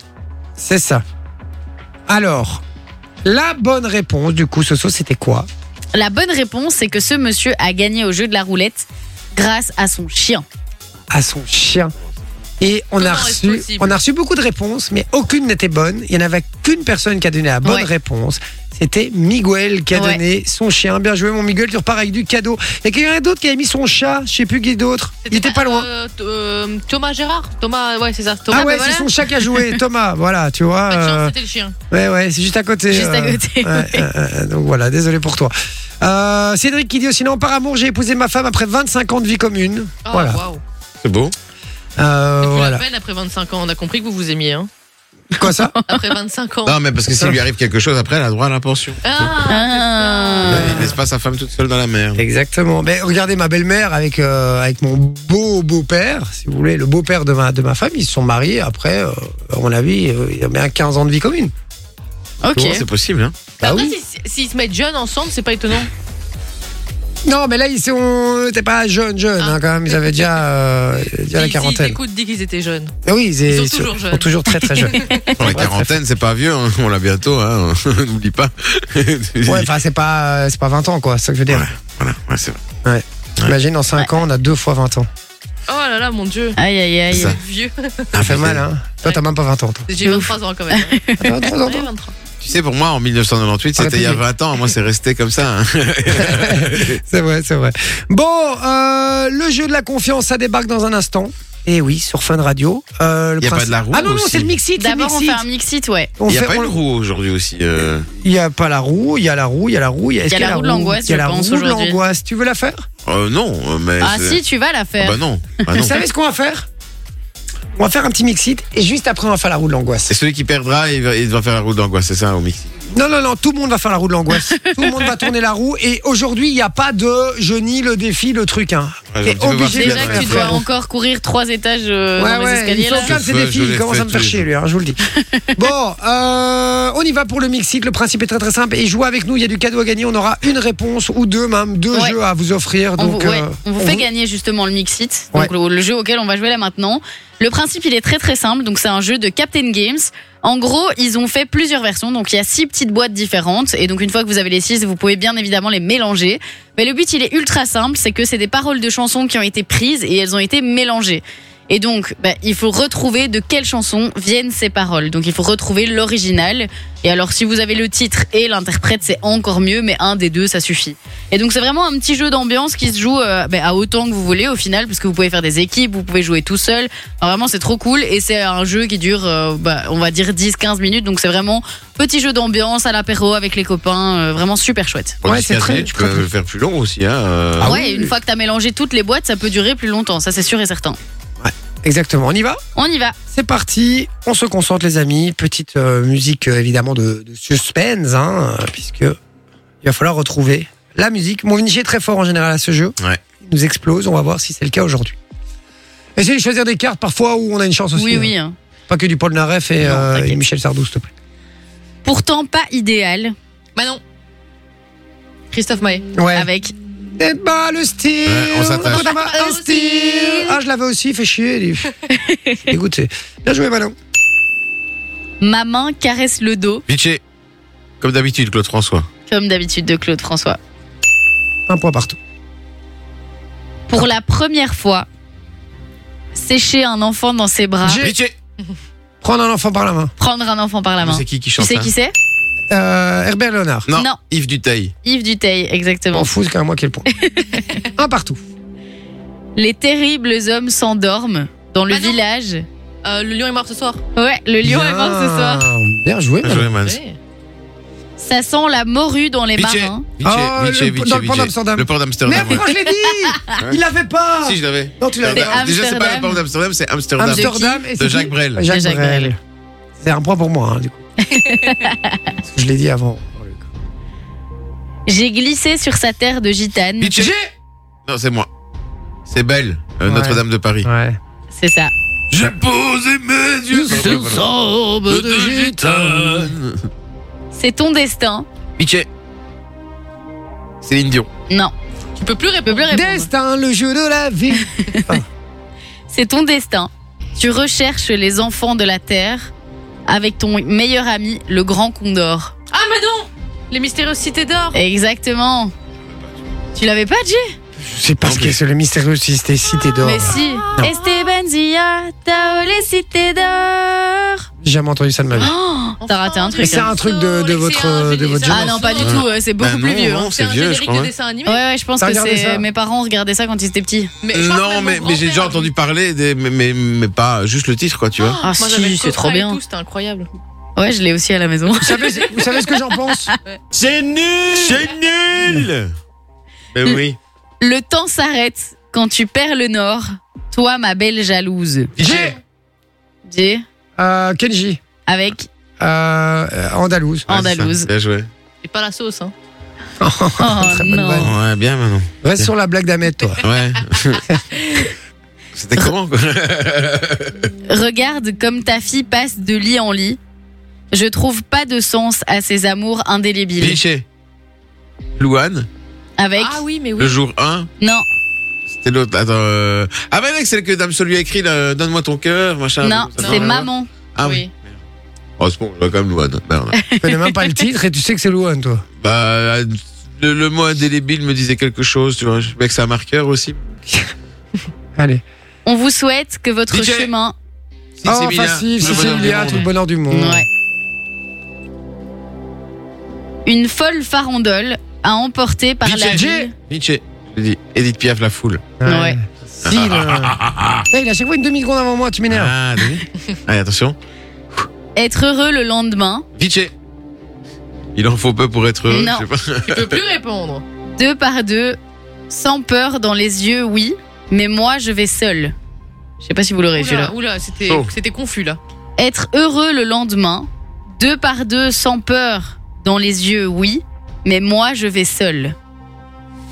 Speaker 1: C'est ça. Alors, la bonne réponse du coup, Soso, c'était quoi
Speaker 4: La bonne réponse, c'est que ce monsieur a gagné au jeu de la roulette grâce à son chien.
Speaker 1: À son chien. Et on a,
Speaker 3: Comment est-ce
Speaker 1: reçu,
Speaker 3: possible
Speaker 1: on a reçu beaucoup de réponses, mais aucune n'était bonne. Il n'y en avait qu'une personne qui a donné la bonne
Speaker 4: Ouais.
Speaker 1: réponse. C'était Miguel qui a
Speaker 4: Ouais.
Speaker 1: donné son chien. Bien joué, mon Miguel, tu repars avec du cadeau. Il y a quelqu'un d'autre qui a mis son chat, je sais plus qui d'autre. Il était pas loin.
Speaker 3: euh, t- euh, Thomas Gérard Thomas, ouais, c'est ça. Thomas,
Speaker 1: Ah ouais,
Speaker 3: bah voilà.
Speaker 1: c'est son chat qui a joué, Thomas. Voilà, tu vois.
Speaker 3: Pas de chance,
Speaker 1: euh,
Speaker 3: c'était le chien.
Speaker 1: ouais, ouais, c'est juste à côté.
Speaker 4: Juste à
Speaker 1: euh,
Speaker 4: côté.
Speaker 1: Ouais, euh, euh, donc voilà, désolé pour toi. Euh, Cédric qui dit aussi non, par amour, j'ai épousé ma femme après 25 ans de vie commune.
Speaker 3: Ah,
Speaker 1: voilà.
Speaker 3: waouh.
Speaker 2: C'est beau.
Speaker 1: Euh,
Speaker 3: Plus
Speaker 1: voilà.
Speaker 3: la peine après 25 ans, on a compris que vous vous aimiez. Hein.
Speaker 1: Quoi ça
Speaker 3: Après 25 ans.
Speaker 1: Bah.
Speaker 2: Non, mais parce que s'il lui arrive quelque chose, après, elle a droit à la pension.
Speaker 1: Ah.
Speaker 4: Ah.
Speaker 2: Il laisse pas sa femme toute seule dans la mer.
Speaker 1: Exactement. Mais regardez ma belle-mère avec, euh, avec mon beau beau-père, si vous voulez, le beau-père de ma, de ma femme, ils se sont mariés après, euh, à mon avis, euh, il y a bien 15 ans de vie commune.
Speaker 4: Ok.
Speaker 2: Comment c'est possible, hein
Speaker 1: Bah
Speaker 3: Après,
Speaker 1: oui.
Speaker 3: si- si- s'ils se mettent jeunes ensemble, c'est pas étonnant.
Speaker 1: Non, mais là, ils sont, t'es pas jeune, jeune,
Speaker 3: Ah.
Speaker 1: hein, quand même, ils avaient déjà, euh, déjà la
Speaker 3: Ils- Ils
Speaker 1: quarantaine.
Speaker 3: t'écoutent, dis qu'ils étaient jeunes.
Speaker 1: Ah oui,
Speaker 3: Ils sont
Speaker 1: ils
Speaker 3: toujours
Speaker 1: sont
Speaker 3: jeunes.
Speaker 1: toujours très très jeunes.
Speaker 2: Dans la quarantaine, c'est pas vieux, hein. on l'a bientôt, hein. n'oublie pas.
Speaker 1: Ouais, enfin, c'est pas, euh, c'est pas 20 ans, quoi, c'est ça que je veux dire.
Speaker 2: Ouais, voilà, ouais, c'est vrai.
Speaker 1: Imagine, en 5 ans, on a deux fois 20 ans.
Speaker 3: Oh là là, mon dieu.
Speaker 4: Aïe, aïe, aïe.
Speaker 2: C'est ça.
Speaker 3: Vieux.
Speaker 1: Ça fait mal, hein. Toi, t'as même pas 20 ans, toi.
Speaker 3: J'ai 23 ans quand même.
Speaker 1: T'as 23 ans,
Speaker 3: Ouais,
Speaker 1: toi
Speaker 3: 23.
Speaker 2: Tu sais, pour moi, en 1998, c'était il y a 20 ans. Moi, c'est resté comme ça. hein.
Speaker 1: C'est vrai, c'est vrai. Bon, euh, le jeu de la confiance, ça débarque dans un instant. Et oui, sur Fun Radio. Euh, le
Speaker 2: Y a pas
Speaker 1: principe-
Speaker 2: de la roue
Speaker 1: Ah non, non,
Speaker 2: aussi.
Speaker 1: c'est le mixit. c'est le
Speaker 4: D'abord, on
Speaker 1: mixit.
Speaker 4: fait un mixit, ouais.
Speaker 1: On
Speaker 2: Il n'y a
Speaker 1: fait-
Speaker 2: pas
Speaker 1: on-
Speaker 2: une roue aujourd'hui aussi. euh.
Speaker 1: Il y a pas la roue, il y a la roue, il y a la roue. est-ce
Speaker 4: Il y a
Speaker 1: qu'il
Speaker 4: la roue de l'angoisse,
Speaker 1: Il y a
Speaker 4: je
Speaker 1: la
Speaker 4: pense,
Speaker 1: roue de
Speaker 4: aujourd'hui.
Speaker 1: l'angoisse. Tu veux la faire
Speaker 2: Euh, non, mais.
Speaker 4: Ah
Speaker 2: c'est-
Speaker 4: si, tu vas la
Speaker 2: Ah
Speaker 4: faire.
Speaker 2: Bah non. Bah non.
Speaker 1: Vous savez ce qu'on va faire On va faire un petit mixit et juste après, on va faire la roue de l'angoisse.
Speaker 2: C'est celui qui perdra, il va- il devra faire la roue d'angoisse, c'est ça, au mix.
Speaker 1: Non, non, non, tout le monde va faire la roue de l'angoisse. tout le monde va tourner la roue. Et aujourd'hui, il n'y a pas de je nie le défi, le truc. Hein.
Speaker 2: Ouais,
Speaker 1: T'es
Speaker 2: je- tu veux voir
Speaker 1: obligé
Speaker 2: si
Speaker 4: Déjà
Speaker 2: la
Speaker 4: que tu
Speaker 2: vraie-
Speaker 4: dois encore courir trois étages euh,
Speaker 1: Ouais,
Speaker 4: dans les
Speaker 1: ouais,
Speaker 4: escaliers
Speaker 1: il
Speaker 4: là.
Speaker 1: faut calme ses
Speaker 2: Je le
Speaker 1: défis,
Speaker 2: fais, je
Speaker 1: il
Speaker 2: le
Speaker 1: commence
Speaker 2: fais
Speaker 1: à me faire
Speaker 2: tous les
Speaker 1: chier
Speaker 2: jours.
Speaker 1: lui, hein, je vous le dis. bon, euh, on y va pour le mixit, le principe est très très simple et jouez avec nous, il y a du cadeau à gagner, on aura une réponse ou deux même, deux
Speaker 4: Ouais.
Speaker 1: jeux à vous offrir.
Speaker 4: On,
Speaker 1: Donc,
Speaker 4: vous, ouais,
Speaker 1: euh,
Speaker 4: on vous
Speaker 1: on
Speaker 4: fait
Speaker 1: vous-
Speaker 4: gagner justement le Mixit,
Speaker 1: Ouais.
Speaker 4: donc le, le jeu auquel on va jouer là maintenant. Le principe, il est très très simple. Donc c'est un jeu de Captain Games. En gros, ils ont fait plusieurs versions. Donc il y a six petites boîtes différentes. Et donc une fois que vous avez les six, vous pouvez bien évidemment les mélanger. Mais le but, il est ultra simple. C'est que c'est des paroles de chansons qui ont été prises et elles ont été mélangées. Et donc, bah, il faut retrouver de quelle chanson viennent ces paroles. Donc, il faut retrouver l'original. Et alors, si vous avez le titre et l'interprète, c'est encore mieux, mais un des deux, ça suffit. Et donc c'est vraiment un petit jeu d'ambiance qui se joue euh, ben, à autant que vous voulez au final, parce que vous pouvez faire des équipes, vous pouvez jouer tout seul. Enfin, vraiment c'est trop cool et c'est un jeu qui dure, euh, bah, on va dire 10-15 minutes, donc c'est vraiment petit jeu d'ambiance à l'apéro avec les copains, euh, vraiment super chouette.
Speaker 2: Bon,
Speaker 1: Ouais,
Speaker 2: d'ici
Speaker 1: c'est
Speaker 2: 15
Speaker 1: très-
Speaker 2: minutes, Tu peux le faire plus long aussi. Hein. euh.
Speaker 1: Ah
Speaker 4: ouais,
Speaker 1: oui.
Speaker 4: une fois que t'as mélangé toutes les boîtes, ça peut durer plus longtemps, ça c'est sûr et certain.
Speaker 1: Exactement, on y va
Speaker 4: On y va.
Speaker 1: C'est parti, on se concentre les amis, petite euh, musique euh, évidemment de, de suspense, hein, euh, puisque il va falloir retrouver la musique. Mon Vinci est très fort en général à ce jeu,
Speaker 2: Ouais.
Speaker 1: il nous explose, on va voir si c'est le cas aujourd'hui. Essayez de choisir des cartes parfois où on a une chance aussi.
Speaker 4: oui,
Speaker 1: hein.
Speaker 4: oui. hein.
Speaker 1: Pas que du Paul Naref et,
Speaker 4: Non,
Speaker 1: euh,
Speaker 4: t'inquiète.
Speaker 1: et Michel Sardou, s'il te plaît.
Speaker 4: Pourtant pas idéal
Speaker 3: Bah non. Christophe Maé.
Speaker 1: Ouais.
Speaker 4: avec...
Speaker 1: Des balles Eh ben, le style.
Speaker 2: Ouais, on s'attache.
Speaker 1: Un style. Ah, je l'avais aussi, fait chier. lui. Je suis Dégoûté. Bien joué, Manon.
Speaker 4: Ma main caresse le dos,
Speaker 2: Vichy, comme d'habitude, Claude François.
Speaker 4: comme d'habitude de Claude François.
Speaker 1: Un point partout.
Speaker 4: Pour la première fois, sécher un enfant dans ses bras.
Speaker 2: Vichy
Speaker 1: Prendre un enfant par la main.
Speaker 4: prendre un enfant par la
Speaker 2: Mais
Speaker 4: main.
Speaker 2: C'est qui qui
Speaker 4: Tu
Speaker 2: chante hein?
Speaker 4: sais
Speaker 2: ça
Speaker 4: qui c'est
Speaker 1: Euh, Herbert Léonard.
Speaker 2: Non,
Speaker 4: Non.
Speaker 2: Yves Duteil.
Speaker 4: Yves Duteil,
Speaker 1: Je
Speaker 4: exactement.
Speaker 1: M'en fous, c'est quand même moi qui ai le point. un partout.
Speaker 4: Les terribles hommes s'endorment dans le
Speaker 3: Ah non.
Speaker 4: village.
Speaker 3: Euh, le lion est mort ce soir.
Speaker 4: Ouais, le lion est
Speaker 1: Bien.
Speaker 4: mort ce soir.
Speaker 1: Bien joué,
Speaker 2: Bien
Speaker 1: Manon.
Speaker 2: joué, Mans.
Speaker 3: Ouais.
Speaker 4: Ça sent la morue dans les
Speaker 2: Vichy,
Speaker 4: marins.
Speaker 2: Vichy,
Speaker 1: Oh,
Speaker 2: Vichy,
Speaker 1: le-
Speaker 2: Vichy,
Speaker 1: dans le port
Speaker 2: Vichy.
Speaker 1: d'Amsterdam.
Speaker 2: Le port
Speaker 1: Mais
Speaker 2: d'Amsterdam. ouais.
Speaker 1: pourquoi je l'ai dit Il l'avait pas.
Speaker 2: Si, je l'avais.
Speaker 1: Non, tu l'avais
Speaker 4: C'est
Speaker 1: pas.
Speaker 4: Am-
Speaker 2: Déjà, c'est pas
Speaker 4: Amsterdam.
Speaker 2: le port d'Amsterdam, c'est Amsterdam.
Speaker 1: Amsterdam et
Speaker 2: De
Speaker 1: c'est
Speaker 2: Jacques
Speaker 1: qui
Speaker 2: Brel.
Speaker 1: Jacques,
Speaker 4: De Jacques
Speaker 1: Brel.
Speaker 4: Brel.
Speaker 1: C'est un point pour moi, hein, du coup. Parce que je l'ai dit avant.
Speaker 4: J'ai glissé sur sa terre de gitane.
Speaker 2: Vichy Non, c'est moi. C'est Belle, euh,
Speaker 1: Ouais.
Speaker 2: Notre-Dame de Paris.
Speaker 1: Ouais.
Speaker 4: C'est ça.
Speaker 2: J'ai posé mes yeux sur le
Speaker 4: sombre
Speaker 2: Bah, de gitane.
Speaker 4: C'est ton destin.
Speaker 2: Mickey. Céline Dion.
Speaker 4: Non,
Speaker 3: Tu peux plus
Speaker 4: je peux
Speaker 3: répondre.
Speaker 4: plus répondre.
Speaker 1: Destin, le jeu de la vie.
Speaker 4: C'est ton destin. Tu recherches les enfants de la Terre avec ton meilleur ami, le grand condor.
Speaker 3: Ah, mais non Les mystérieuses cités d'or
Speaker 4: Exactement. Tu l'avais pas, Jay
Speaker 1: C'est parce que c'est le mystérieux cité cité d'or.
Speaker 4: Mais si. Esteban Zia, Tao les cités d'or.
Speaker 1: J'ai jamais entendu ça de ma vie.
Speaker 4: Oh, T'as raté un truc.
Speaker 1: Mais c'est
Speaker 4: hein.
Speaker 1: un truc de- de votre- de votre
Speaker 4: Ah non, pas du tout, euh, c'est beaucoup
Speaker 2: Bah
Speaker 4: plus
Speaker 2: non,
Speaker 4: vieux.
Speaker 2: non,
Speaker 4: hein.
Speaker 2: c'est vieux, je crois.
Speaker 3: de
Speaker 2: hein.
Speaker 3: dessin animé.
Speaker 4: Ouais, ouais, je pense
Speaker 1: T'as
Speaker 4: que
Speaker 1: regardé
Speaker 4: c'est.
Speaker 1: ça
Speaker 4: Mes parents regardaient ça quand ils étaient petits.
Speaker 3: Mais je crois que
Speaker 2: Non,
Speaker 3: même
Speaker 2: mais,
Speaker 3: mon
Speaker 2: mais j'ai déjà
Speaker 3: grand-père-
Speaker 2: entendu parler, des, mais, mais, mais pas juste le titre, quoi, tu vois.
Speaker 4: Ah
Speaker 3: Moi,
Speaker 4: si,
Speaker 3: j'avais le
Speaker 4: c'est
Speaker 3: Cobra
Speaker 4: trop
Speaker 3: et
Speaker 4: bien.
Speaker 3: tout, C'était incroyable.
Speaker 4: Ouais, je l'ai aussi à la maison.
Speaker 1: Vous savez, vous savez ce que j'en pense
Speaker 2: C'est nul C'est nul Mais oui.
Speaker 4: Le temps s'arrête quand tu perds le nord. Toi, ma belle jalouse.
Speaker 1: J'ai
Speaker 4: Jay,
Speaker 1: euh, Kenji,
Speaker 4: avec
Speaker 1: euh, euh, Andalouse.
Speaker 2: Ouais,
Speaker 4: Andalouse.
Speaker 2: c'est ça. Bien joué.
Speaker 3: Et pas la sauce, hein.
Speaker 4: Oh
Speaker 1: Très bonne
Speaker 4: non.
Speaker 1: vanne.
Speaker 2: Ouais, bien maintenant.
Speaker 1: Reste sur la blague d'Ahmed, toi.
Speaker 2: Ouais. C'était comment, quoi
Speaker 4: Regarde comme ta fille passe de lit en lit. Je trouve pas de sens à ces amours indélébiles.
Speaker 2: Cliché. Louane,
Speaker 4: Avec
Speaker 3: Ah oui, mais oui.
Speaker 2: le jour 1,
Speaker 4: non,
Speaker 2: c'était l'autre. Attends. euh, Ah, bah, mec, celle que Dame Sol lui a écrit, là, Donne-moi ton cœur, machin.
Speaker 4: non,
Speaker 2: comme Ah ça.
Speaker 4: c'est
Speaker 2: Non,
Speaker 4: maman.
Speaker 2: Ah oui. Oh, c'est bon, je vois quand même Louane. Bah, Merde.
Speaker 1: Tu connais même pas le titre et tu sais que c'est Louane, toi.
Speaker 2: bah, le, le mot indélébile me disait quelque chose, tu vois. Je mec, c'est un marqueur aussi.
Speaker 1: Allez.
Speaker 4: On vous souhaite que votre
Speaker 2: DJ.
Speaker 4: chemin.
Speaker 2: Si
Speaker 1: oh,
Speaker 2: Milia,
Speaker 1: facile,
Speaker 2: tout
Speaker 1: si
Speaker 2: le
Speaker 1: c'est
Speaker 2: bonheur du
Speaker 1: Milia,
Speaker 2: monde.
Speaker 1: tout le bonheur du monde.
Speaker 4: Ouais. Une folle farandole a emporté par la
Speaker 2: DJ.
Speaker 4: vie.
Speaker 2: Nietzsche, je l'ai dit. Edith Piaf, la foule.
Speaker 4: Ouais.
Speaker 1: Si, là. Putain, Eh, Il a chaque fois une demi-seconde avant moi, tu m'énerves.
Speaker 2: Ah, t'as vu Allez, attention.
Speaker 4: Être heureux le lendemain.
Speaker 2: Nietzsche. Il en faut peu pour être heureux.
Speaker 4: Non.
Speaker 2: Je sais pas.
Speaker 3: Tu peux plus répondre.
Speaker 4: Deux par deux. Sans peur dans les yeux, oui. Mais moi, je vais seule. Je sais pas si vous l'aurez vu là.
Speaker 3: Oula, oula, c'était
Speaker 2: Oh.
Speaker 3: c'était confus, là.
Speaker 4: Être heureux le lendemain, deux par deux, sans peur, dans les yeux, oui, mais moi je vais seul.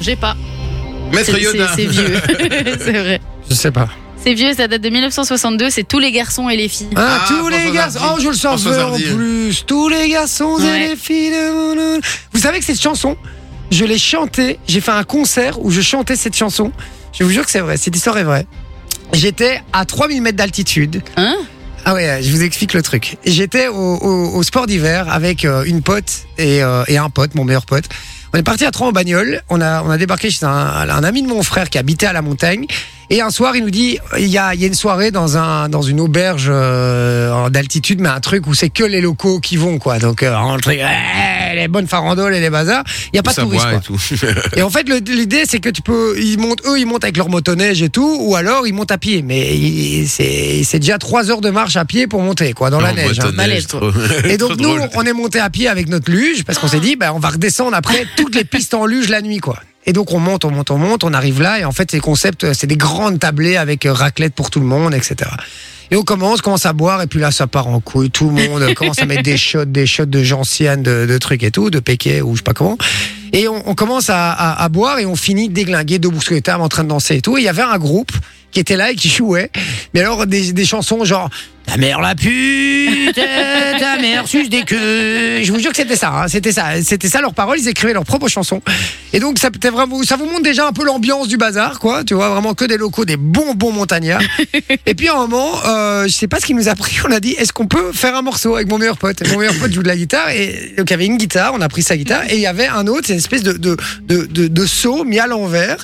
Speaker 3: J'ai pas.
Speaker 2: Maître
Speaker 4: C'est
Speaker 2: Yoda.
Speaker 4: c'est- c'est vieux, c'est vrai.
Speaker 2: Ah.
Speaker 1: Je sais pas.
Speaker 4: C'est vieux, ça date de 1962, c'est tous les garçons et les filles.
Speaker 1: Ah,
Speaker 2: Ah,
Speaker 1: tous
Speaker 2: François
Speaker 1: les garçons.
Speaker 2: Hardy.
Speaker 1: Oh, je le sens
Speaker 2: François
Speaker 1: veux en
Speaker 2: Hardy.
Speaker 1: plus. Tous les garçons et
Speaker 4: Ouais.
Speaker 1: les filles de mon monde. Vous savez que cette chanson, je l'ai chantée. J'ai fait un concert où je chantais cette chanson. Je vous jure que c'est vrai. Cette histoire est vraie. J'étais à 3000 mètres d'altitude.
Speaker 4: Hein
Speaker 1: Ah ouais, je vous explique le truc. J'étais au, au- au sport d'hiver avec euh, une pote et, euh, et un pote, mon meilleur pote. On est parti à trois en bagnole. On a, on a débarqué chez un, un ami de mon frère qui habitait à la montagne. Et un soir, il nous dit il y a, il y a une soirée dans, un, dans une auberge euh, en- d'altitude, mais un truc où c'est que les locaux qui vont, quoi. Donc, euh, un truc, ouais, les bonnes farandoles et les bazars. Il n'y a pas de
Speaker 2: Ça
Speaker 1: touristes,
Speaker 2: boit
Speaker 1: quoi.
Speaker 2: et tout.
Speaker 1: Et en fait, le- l'idée, c'est que tu peux. Ils montent, eux, ils montent avec leur motoneige et tout, ou alors ils montent à pied. Mais il- c'est c'est déjà trois heures de marche à pied pour monter, quoi, dans la
Speaker 2: Oh,
Speaker 1: neige. hein.
Speaker 2: motoneige,
Speaker 4: balèze,
Speaker 2: trop-
Speaker 1: Et
Speaker 2: trop
Speaker 1: donc, nous,
Speaker 2: drôle. Ah,
Speaker 1: on est monté à pied avec notre luge, parce qu'on s'est dit, bah, on va redescendre après toutes les pistes en luge la nuit, quoi. Et donc, on monte, on monte, on monte, on arrive là, et en fait, ces concepts, euh, c'est des grandes tablées avec euh, raclette pour tout le monde, etc. Et on commence, commence à boire, et puis là, ça part en couille. Tout le monde commence à mettre des shots, des shots de gentiane, de, de trucs et tout, de péquet, ou je sais pas comment. Et on, on commence à, à- à boire et on finit déglingué, debout sur les tables, en train de danser et tout. Et il y avait un groupe qui était là et qui jouait. Mais alors, des, des chansons genre Ta mère la pute, euh, ta mère suce des queues. Je vous jure que c'était ça, hein, c'était ça. C'était ça leurs paroles, ils écrivaient leurs propres chansons. Et donc, ça, peut-être vraiment, ça vous montre déjà un peu l'ambiance du bazar, quoi. Tu vois, vraiment que des locaux, des bons, bons montagnards. et puis, à un moment, euh, je sais pas ce qui nous a pris, on a dit Est-ce qu'on peut faire un morceau avec mon meilleur pote Mon meilleur pote joue de la guitare. Et donc, il y avait une guitare, on a pris sa guitare. Et il y avait un autre, c'est une espèce de, de, de, de, de seau mis à l'envers,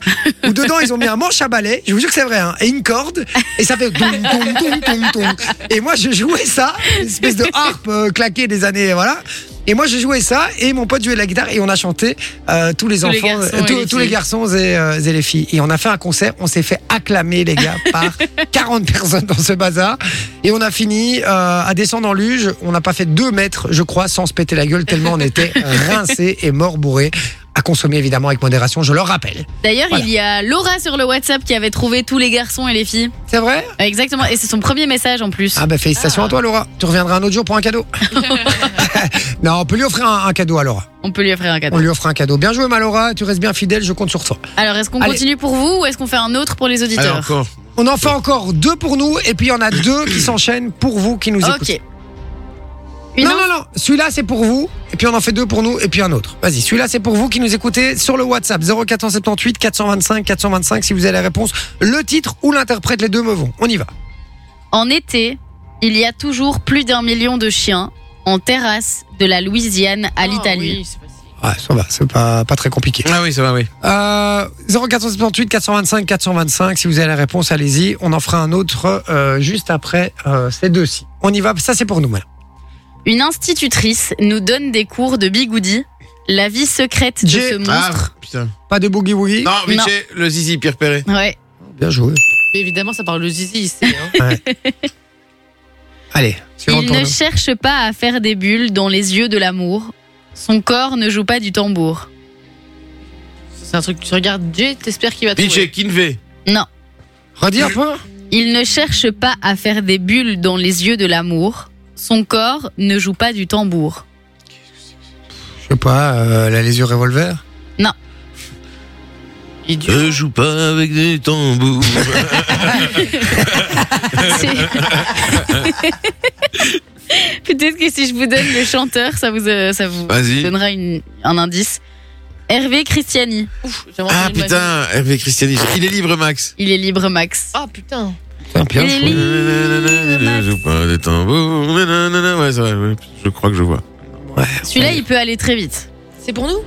Speaker 1: où dedans, ils ont mis un manche à balai. Je vous jure que c'est vrai, hein, et une corde. Et ça fait dong, dong, dong, dong, dong. Et moi, je jouais ça, une espèce de harpe euh, claquée des années, voilà. Et moi, je jouais ça, et mon pote jouait de la guitare, et on a chanté euh, tous les
Speaker 3: Tous les
Speaker 1: enfants,
Speaker 3: garçons
Speaker 1: euh,
Speaker 3: et
Speaker 1: tous,
Speaker 3: les
Speaker 1: tous les
Speaker 3: filles.
Speaker 1: garçons et, euh, et les filles. Et on a fait un concert, on s'est fait acclamer, les gars, par 40 personnes dans ce bazar. Et on a fini euh, à descendre en luge. On n'a pas fait 2 mètres, je crois, sans se péter la gueule, tellement on était rincés et morts bourrés. À consommer, évidemment, avec modération, je le rappelle.
Speaker 4: D'ailleurs,
Speaker 1: Voilà.
Speaker 4: il y a Laura sur le WhatsApp qui avait trouvé tous les garçons et les filles.
Speaker 1: C'est vrai
Speaker 4: Exactement, et c'est son premier message en plus.
Speaker 1: Ah bah félicitations
Speaker 3: Ah.
Speaker 1: à toi Laura, tu reviendras un autre jour pour un cadeau. non, on peut lui offrir un, un cadeau à Laura.
Speaker 4: On peut lui offrir un
Speaker 1: On
Speaker 4: cadeau.
Speaker 1: lui offre un cadeau. Bien joué ma Laura, tu restes bien fidèle, je compte sur toi.
Speaker 4: Alors, est-ce qu'on
Speaker 1: Allez.
Speaker 4: continue pour vous ou est-ce qu'on fait un autre pour les
Speaker 2: Allez,
Speaker 4: auditeurs
Speaker 2: encore.
Speaker 1: on en fait encore deux pour nous et puis il y en a deux qui s'enchaînent pour vous qui nous écoutez.
Speaker 4: Ok. Une
Speaker 1: non,
Speaker 4: autre
Speaker 1: non, non, celui-là c'est pour vous et puis on en fait deux pour nous et puis un autre. Vas-y, celui-là c'est pour vous qui nous écoutez sur le WhatsApp 0478 425 425 si vous avez la réponse, le titre ou l'interprète, les deux me vont. On y va.
Speaker 4: En été, il y a toujours plus d'un million de chiens en terrasse de la Louisiane
Speaker 3: Ah
Speaker 4: à l'Italie.
Speaker 1: Ouais, ça va, c'est pas, pas très compliqué.
Speaker 2: Ah oui, ça va, oui.
Speaker 1: Euh, 0478 425 425. Si vous avez la réponse, allez-y. On en fera un autre euh, juste après euh, ces deux-ci. On y va. Ça, c'est pour nous, madame.
Speaker 4: Une institutrice nous donne des cours de bigoudi, la vie secrète de
Speaker 1: J'ai-
Speaker 4: ce monstre.
Speaker 2: Ah, putain.
Speaker 1: Pas de boogie woogie.
Speaker 2: Non, Vinci, le zizi, Pierre Perret.
Speaker 1: Ah,
Speaker 4: Ouais.
Speaker 1: Bien joué.
Speaker 3: Mais évidemment, ça parle le zizi ici. hein.
Speaker 1: Allez, suivant
Speaker 4: Il
Speaker 1: pour
Speaker 4: ne
Speaker 1: nous.
Speaker 4: cherche pas à faire des bulles dans les yeux de l'amour. Son corps ne joue pas du tambour.
Speaker 3: C'est un truc, tu regardes Jay, t'espères qu'il va trouver.
Speaker 2: Vinci, Kinvey.
Speaker 1: Redis un peu.
Speaker 4: Il ne cherche pas à faire des bulles dans les yeux de l'amour. Son corps ne joue pas du tambour.
Speaker 1: Je sais pas, euh, la lésure revolver.
Speaker 3: Il
Speaker 1: Euh.
Speaker 3: dit-
Speaker 2: Je joue pas avec des tambours.
Speaker 4: C'est- Peut-être que si je vous donne le chanteur, ça vous, euh, ça vous
Speaker 2: Vas-y.
Speaker 4: donnera une- un indice. Hervé Christiani,
Speaker 3: Ouf, j'aimerais
Speaker 2: Ah
Speaker 3: entendu ma vie.
Speaker 2: putain, Hervé Christianis. Il est libre, Max.
Speaker 4: il est libre max.
Speaker 3: Ah putain.
Speaker 1: bien
Speaker 4: Il est libre.
Speaker 2: Je joue pas des tambours. Nanana. Ouais, ça va, ouais, je crois que je vois.
Speaker 4: Celui-là, il peut aller très vite.
Speaker 3: C'est pour nous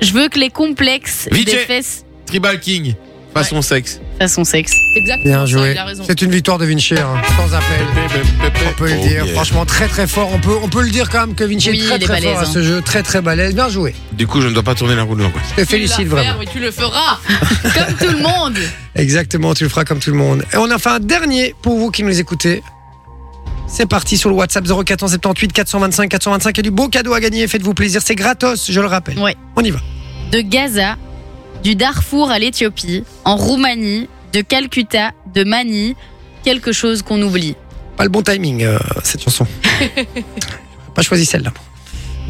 Speaker 4: Je veux que les complexes
Speaker 2: Vite,
Speaker 4: des
Speaker 2: j'ai-
Speaker 4: fesses
Speaker 2: Tribal King, façon sexe.
Speaker 4: façon sexe.
Speaker 3: C'est exactement
Speaker 1: Bien
Speaker 3: ça,
Speaker 1: joué.
Speaker 3: Il a raison.
Speaker 1: C'est une victoire de Vinci, hein, sans appel. On peut le
Speaker 2: Oh,
Speaker 1: dire,
Speaker 2: yeah.
Speaker 1: franchement très très fort. On peut, on peut le dire quand même que Vinci
Speaker 4: Oui,
Speaker 1: est très
Speaker 4: il est
Speaker 1: très fort
Speaker 4: balèze, hein.
Speaker 1: à ce jeu, très très balèze. Bien joué.
Speaker 2: Du coup, je ne dois pas tourner la roue de l'angoisse.
Speaker 1: Je te
Speaker 3: Tu l'as
Speaker 1: félicite
Speaker 3: fait,
Speaker 1: vraiment.
Speaker 3: Mais tu le feras.
Speaker 4: Comme tout le monde.
Speaker 1: Exactement, tu le feras comme tout le monde. Et on a fait un dernier pour vous qui nous écoutez. C'est parti sur le WhatsApp 0478 425 425. Il y a du beau cadeau à gagner. Faites-vous plaisir. C'est gratos, je le rappelle.
Speaker 4: Ouais.
Speaker 1: On y va.
Speaker 4: De Gaza, du Darfour à l'Éthiopie, en Roumanie, de Calcutta, de Manille, quelque chose qu'on oublie.
Speaker 1: Pas le bon timing, euh, cette chanson. J'aurais pas choisi celle-là.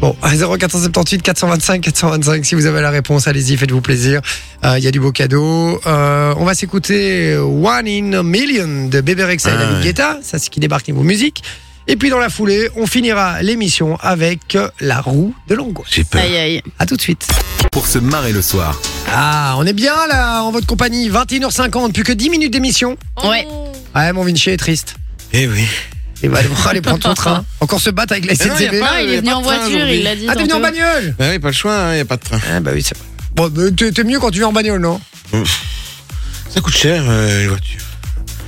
Speaker 1: Bon, 0478 425 425. Si vous avez la réponse, allez-y, faites-vous plaisir. Euh, Il y a du beau cadeau. Euh, on va s'écouter One in a Million de Bébé Rexha et
Speaker 2: Ah,
Speaker 1: David
Speaker 2: ouais.
Speaker 1: Guetta. Ça, c'est qui débarque niveau musique. Et puis, dans la foulée, on finira l'émission avec euh, la roue de l'angoisse.
Speaker 2: J'ai peur.
Speaker 4: Aïe aïe.
Speaker 1: À tout de suite.
Speaker 6: Pour se marrer le soir.
Speaker 1: Ah, on est bien là, en votre compagnie. 21h50, plus que 10 minutes d'émission.
Speaker 3: Oh
Speaker 4: Ouais.
Speaker 1: Ouais, mon Vinci est triste.
Speaker 2: Eh oui.
Speaker 1: Il va devoir aller prendre son train. Encore se battre avec la
Speaker 2: Mais non, y a
Speaker 1: SNCB.
Speaker 2: pas-
Speaker 4: Ah, il
Speaker 2: y a
Speaker 4: est venu
Speaker 2: pas
Speaker 4: en
Speaker 2: de train
Speaker 4: voiture,
Speaker 2: aujourd'hui.
Speaker 4: il l'a dit.
Speaker 1: Ah, t'es venu en
Speaker 4: tantôt.
Speaker 1: bagnole
Speaker 2: Bah oui, pas le choix, il n'y a pas de train.
Speaker 1: Ah, bah oui, c'est vrai. Bon, mais t'es t'es mieux quand tu viens en bagnole, non
Speaker 2: Ça coûte cher, euh, les voitures.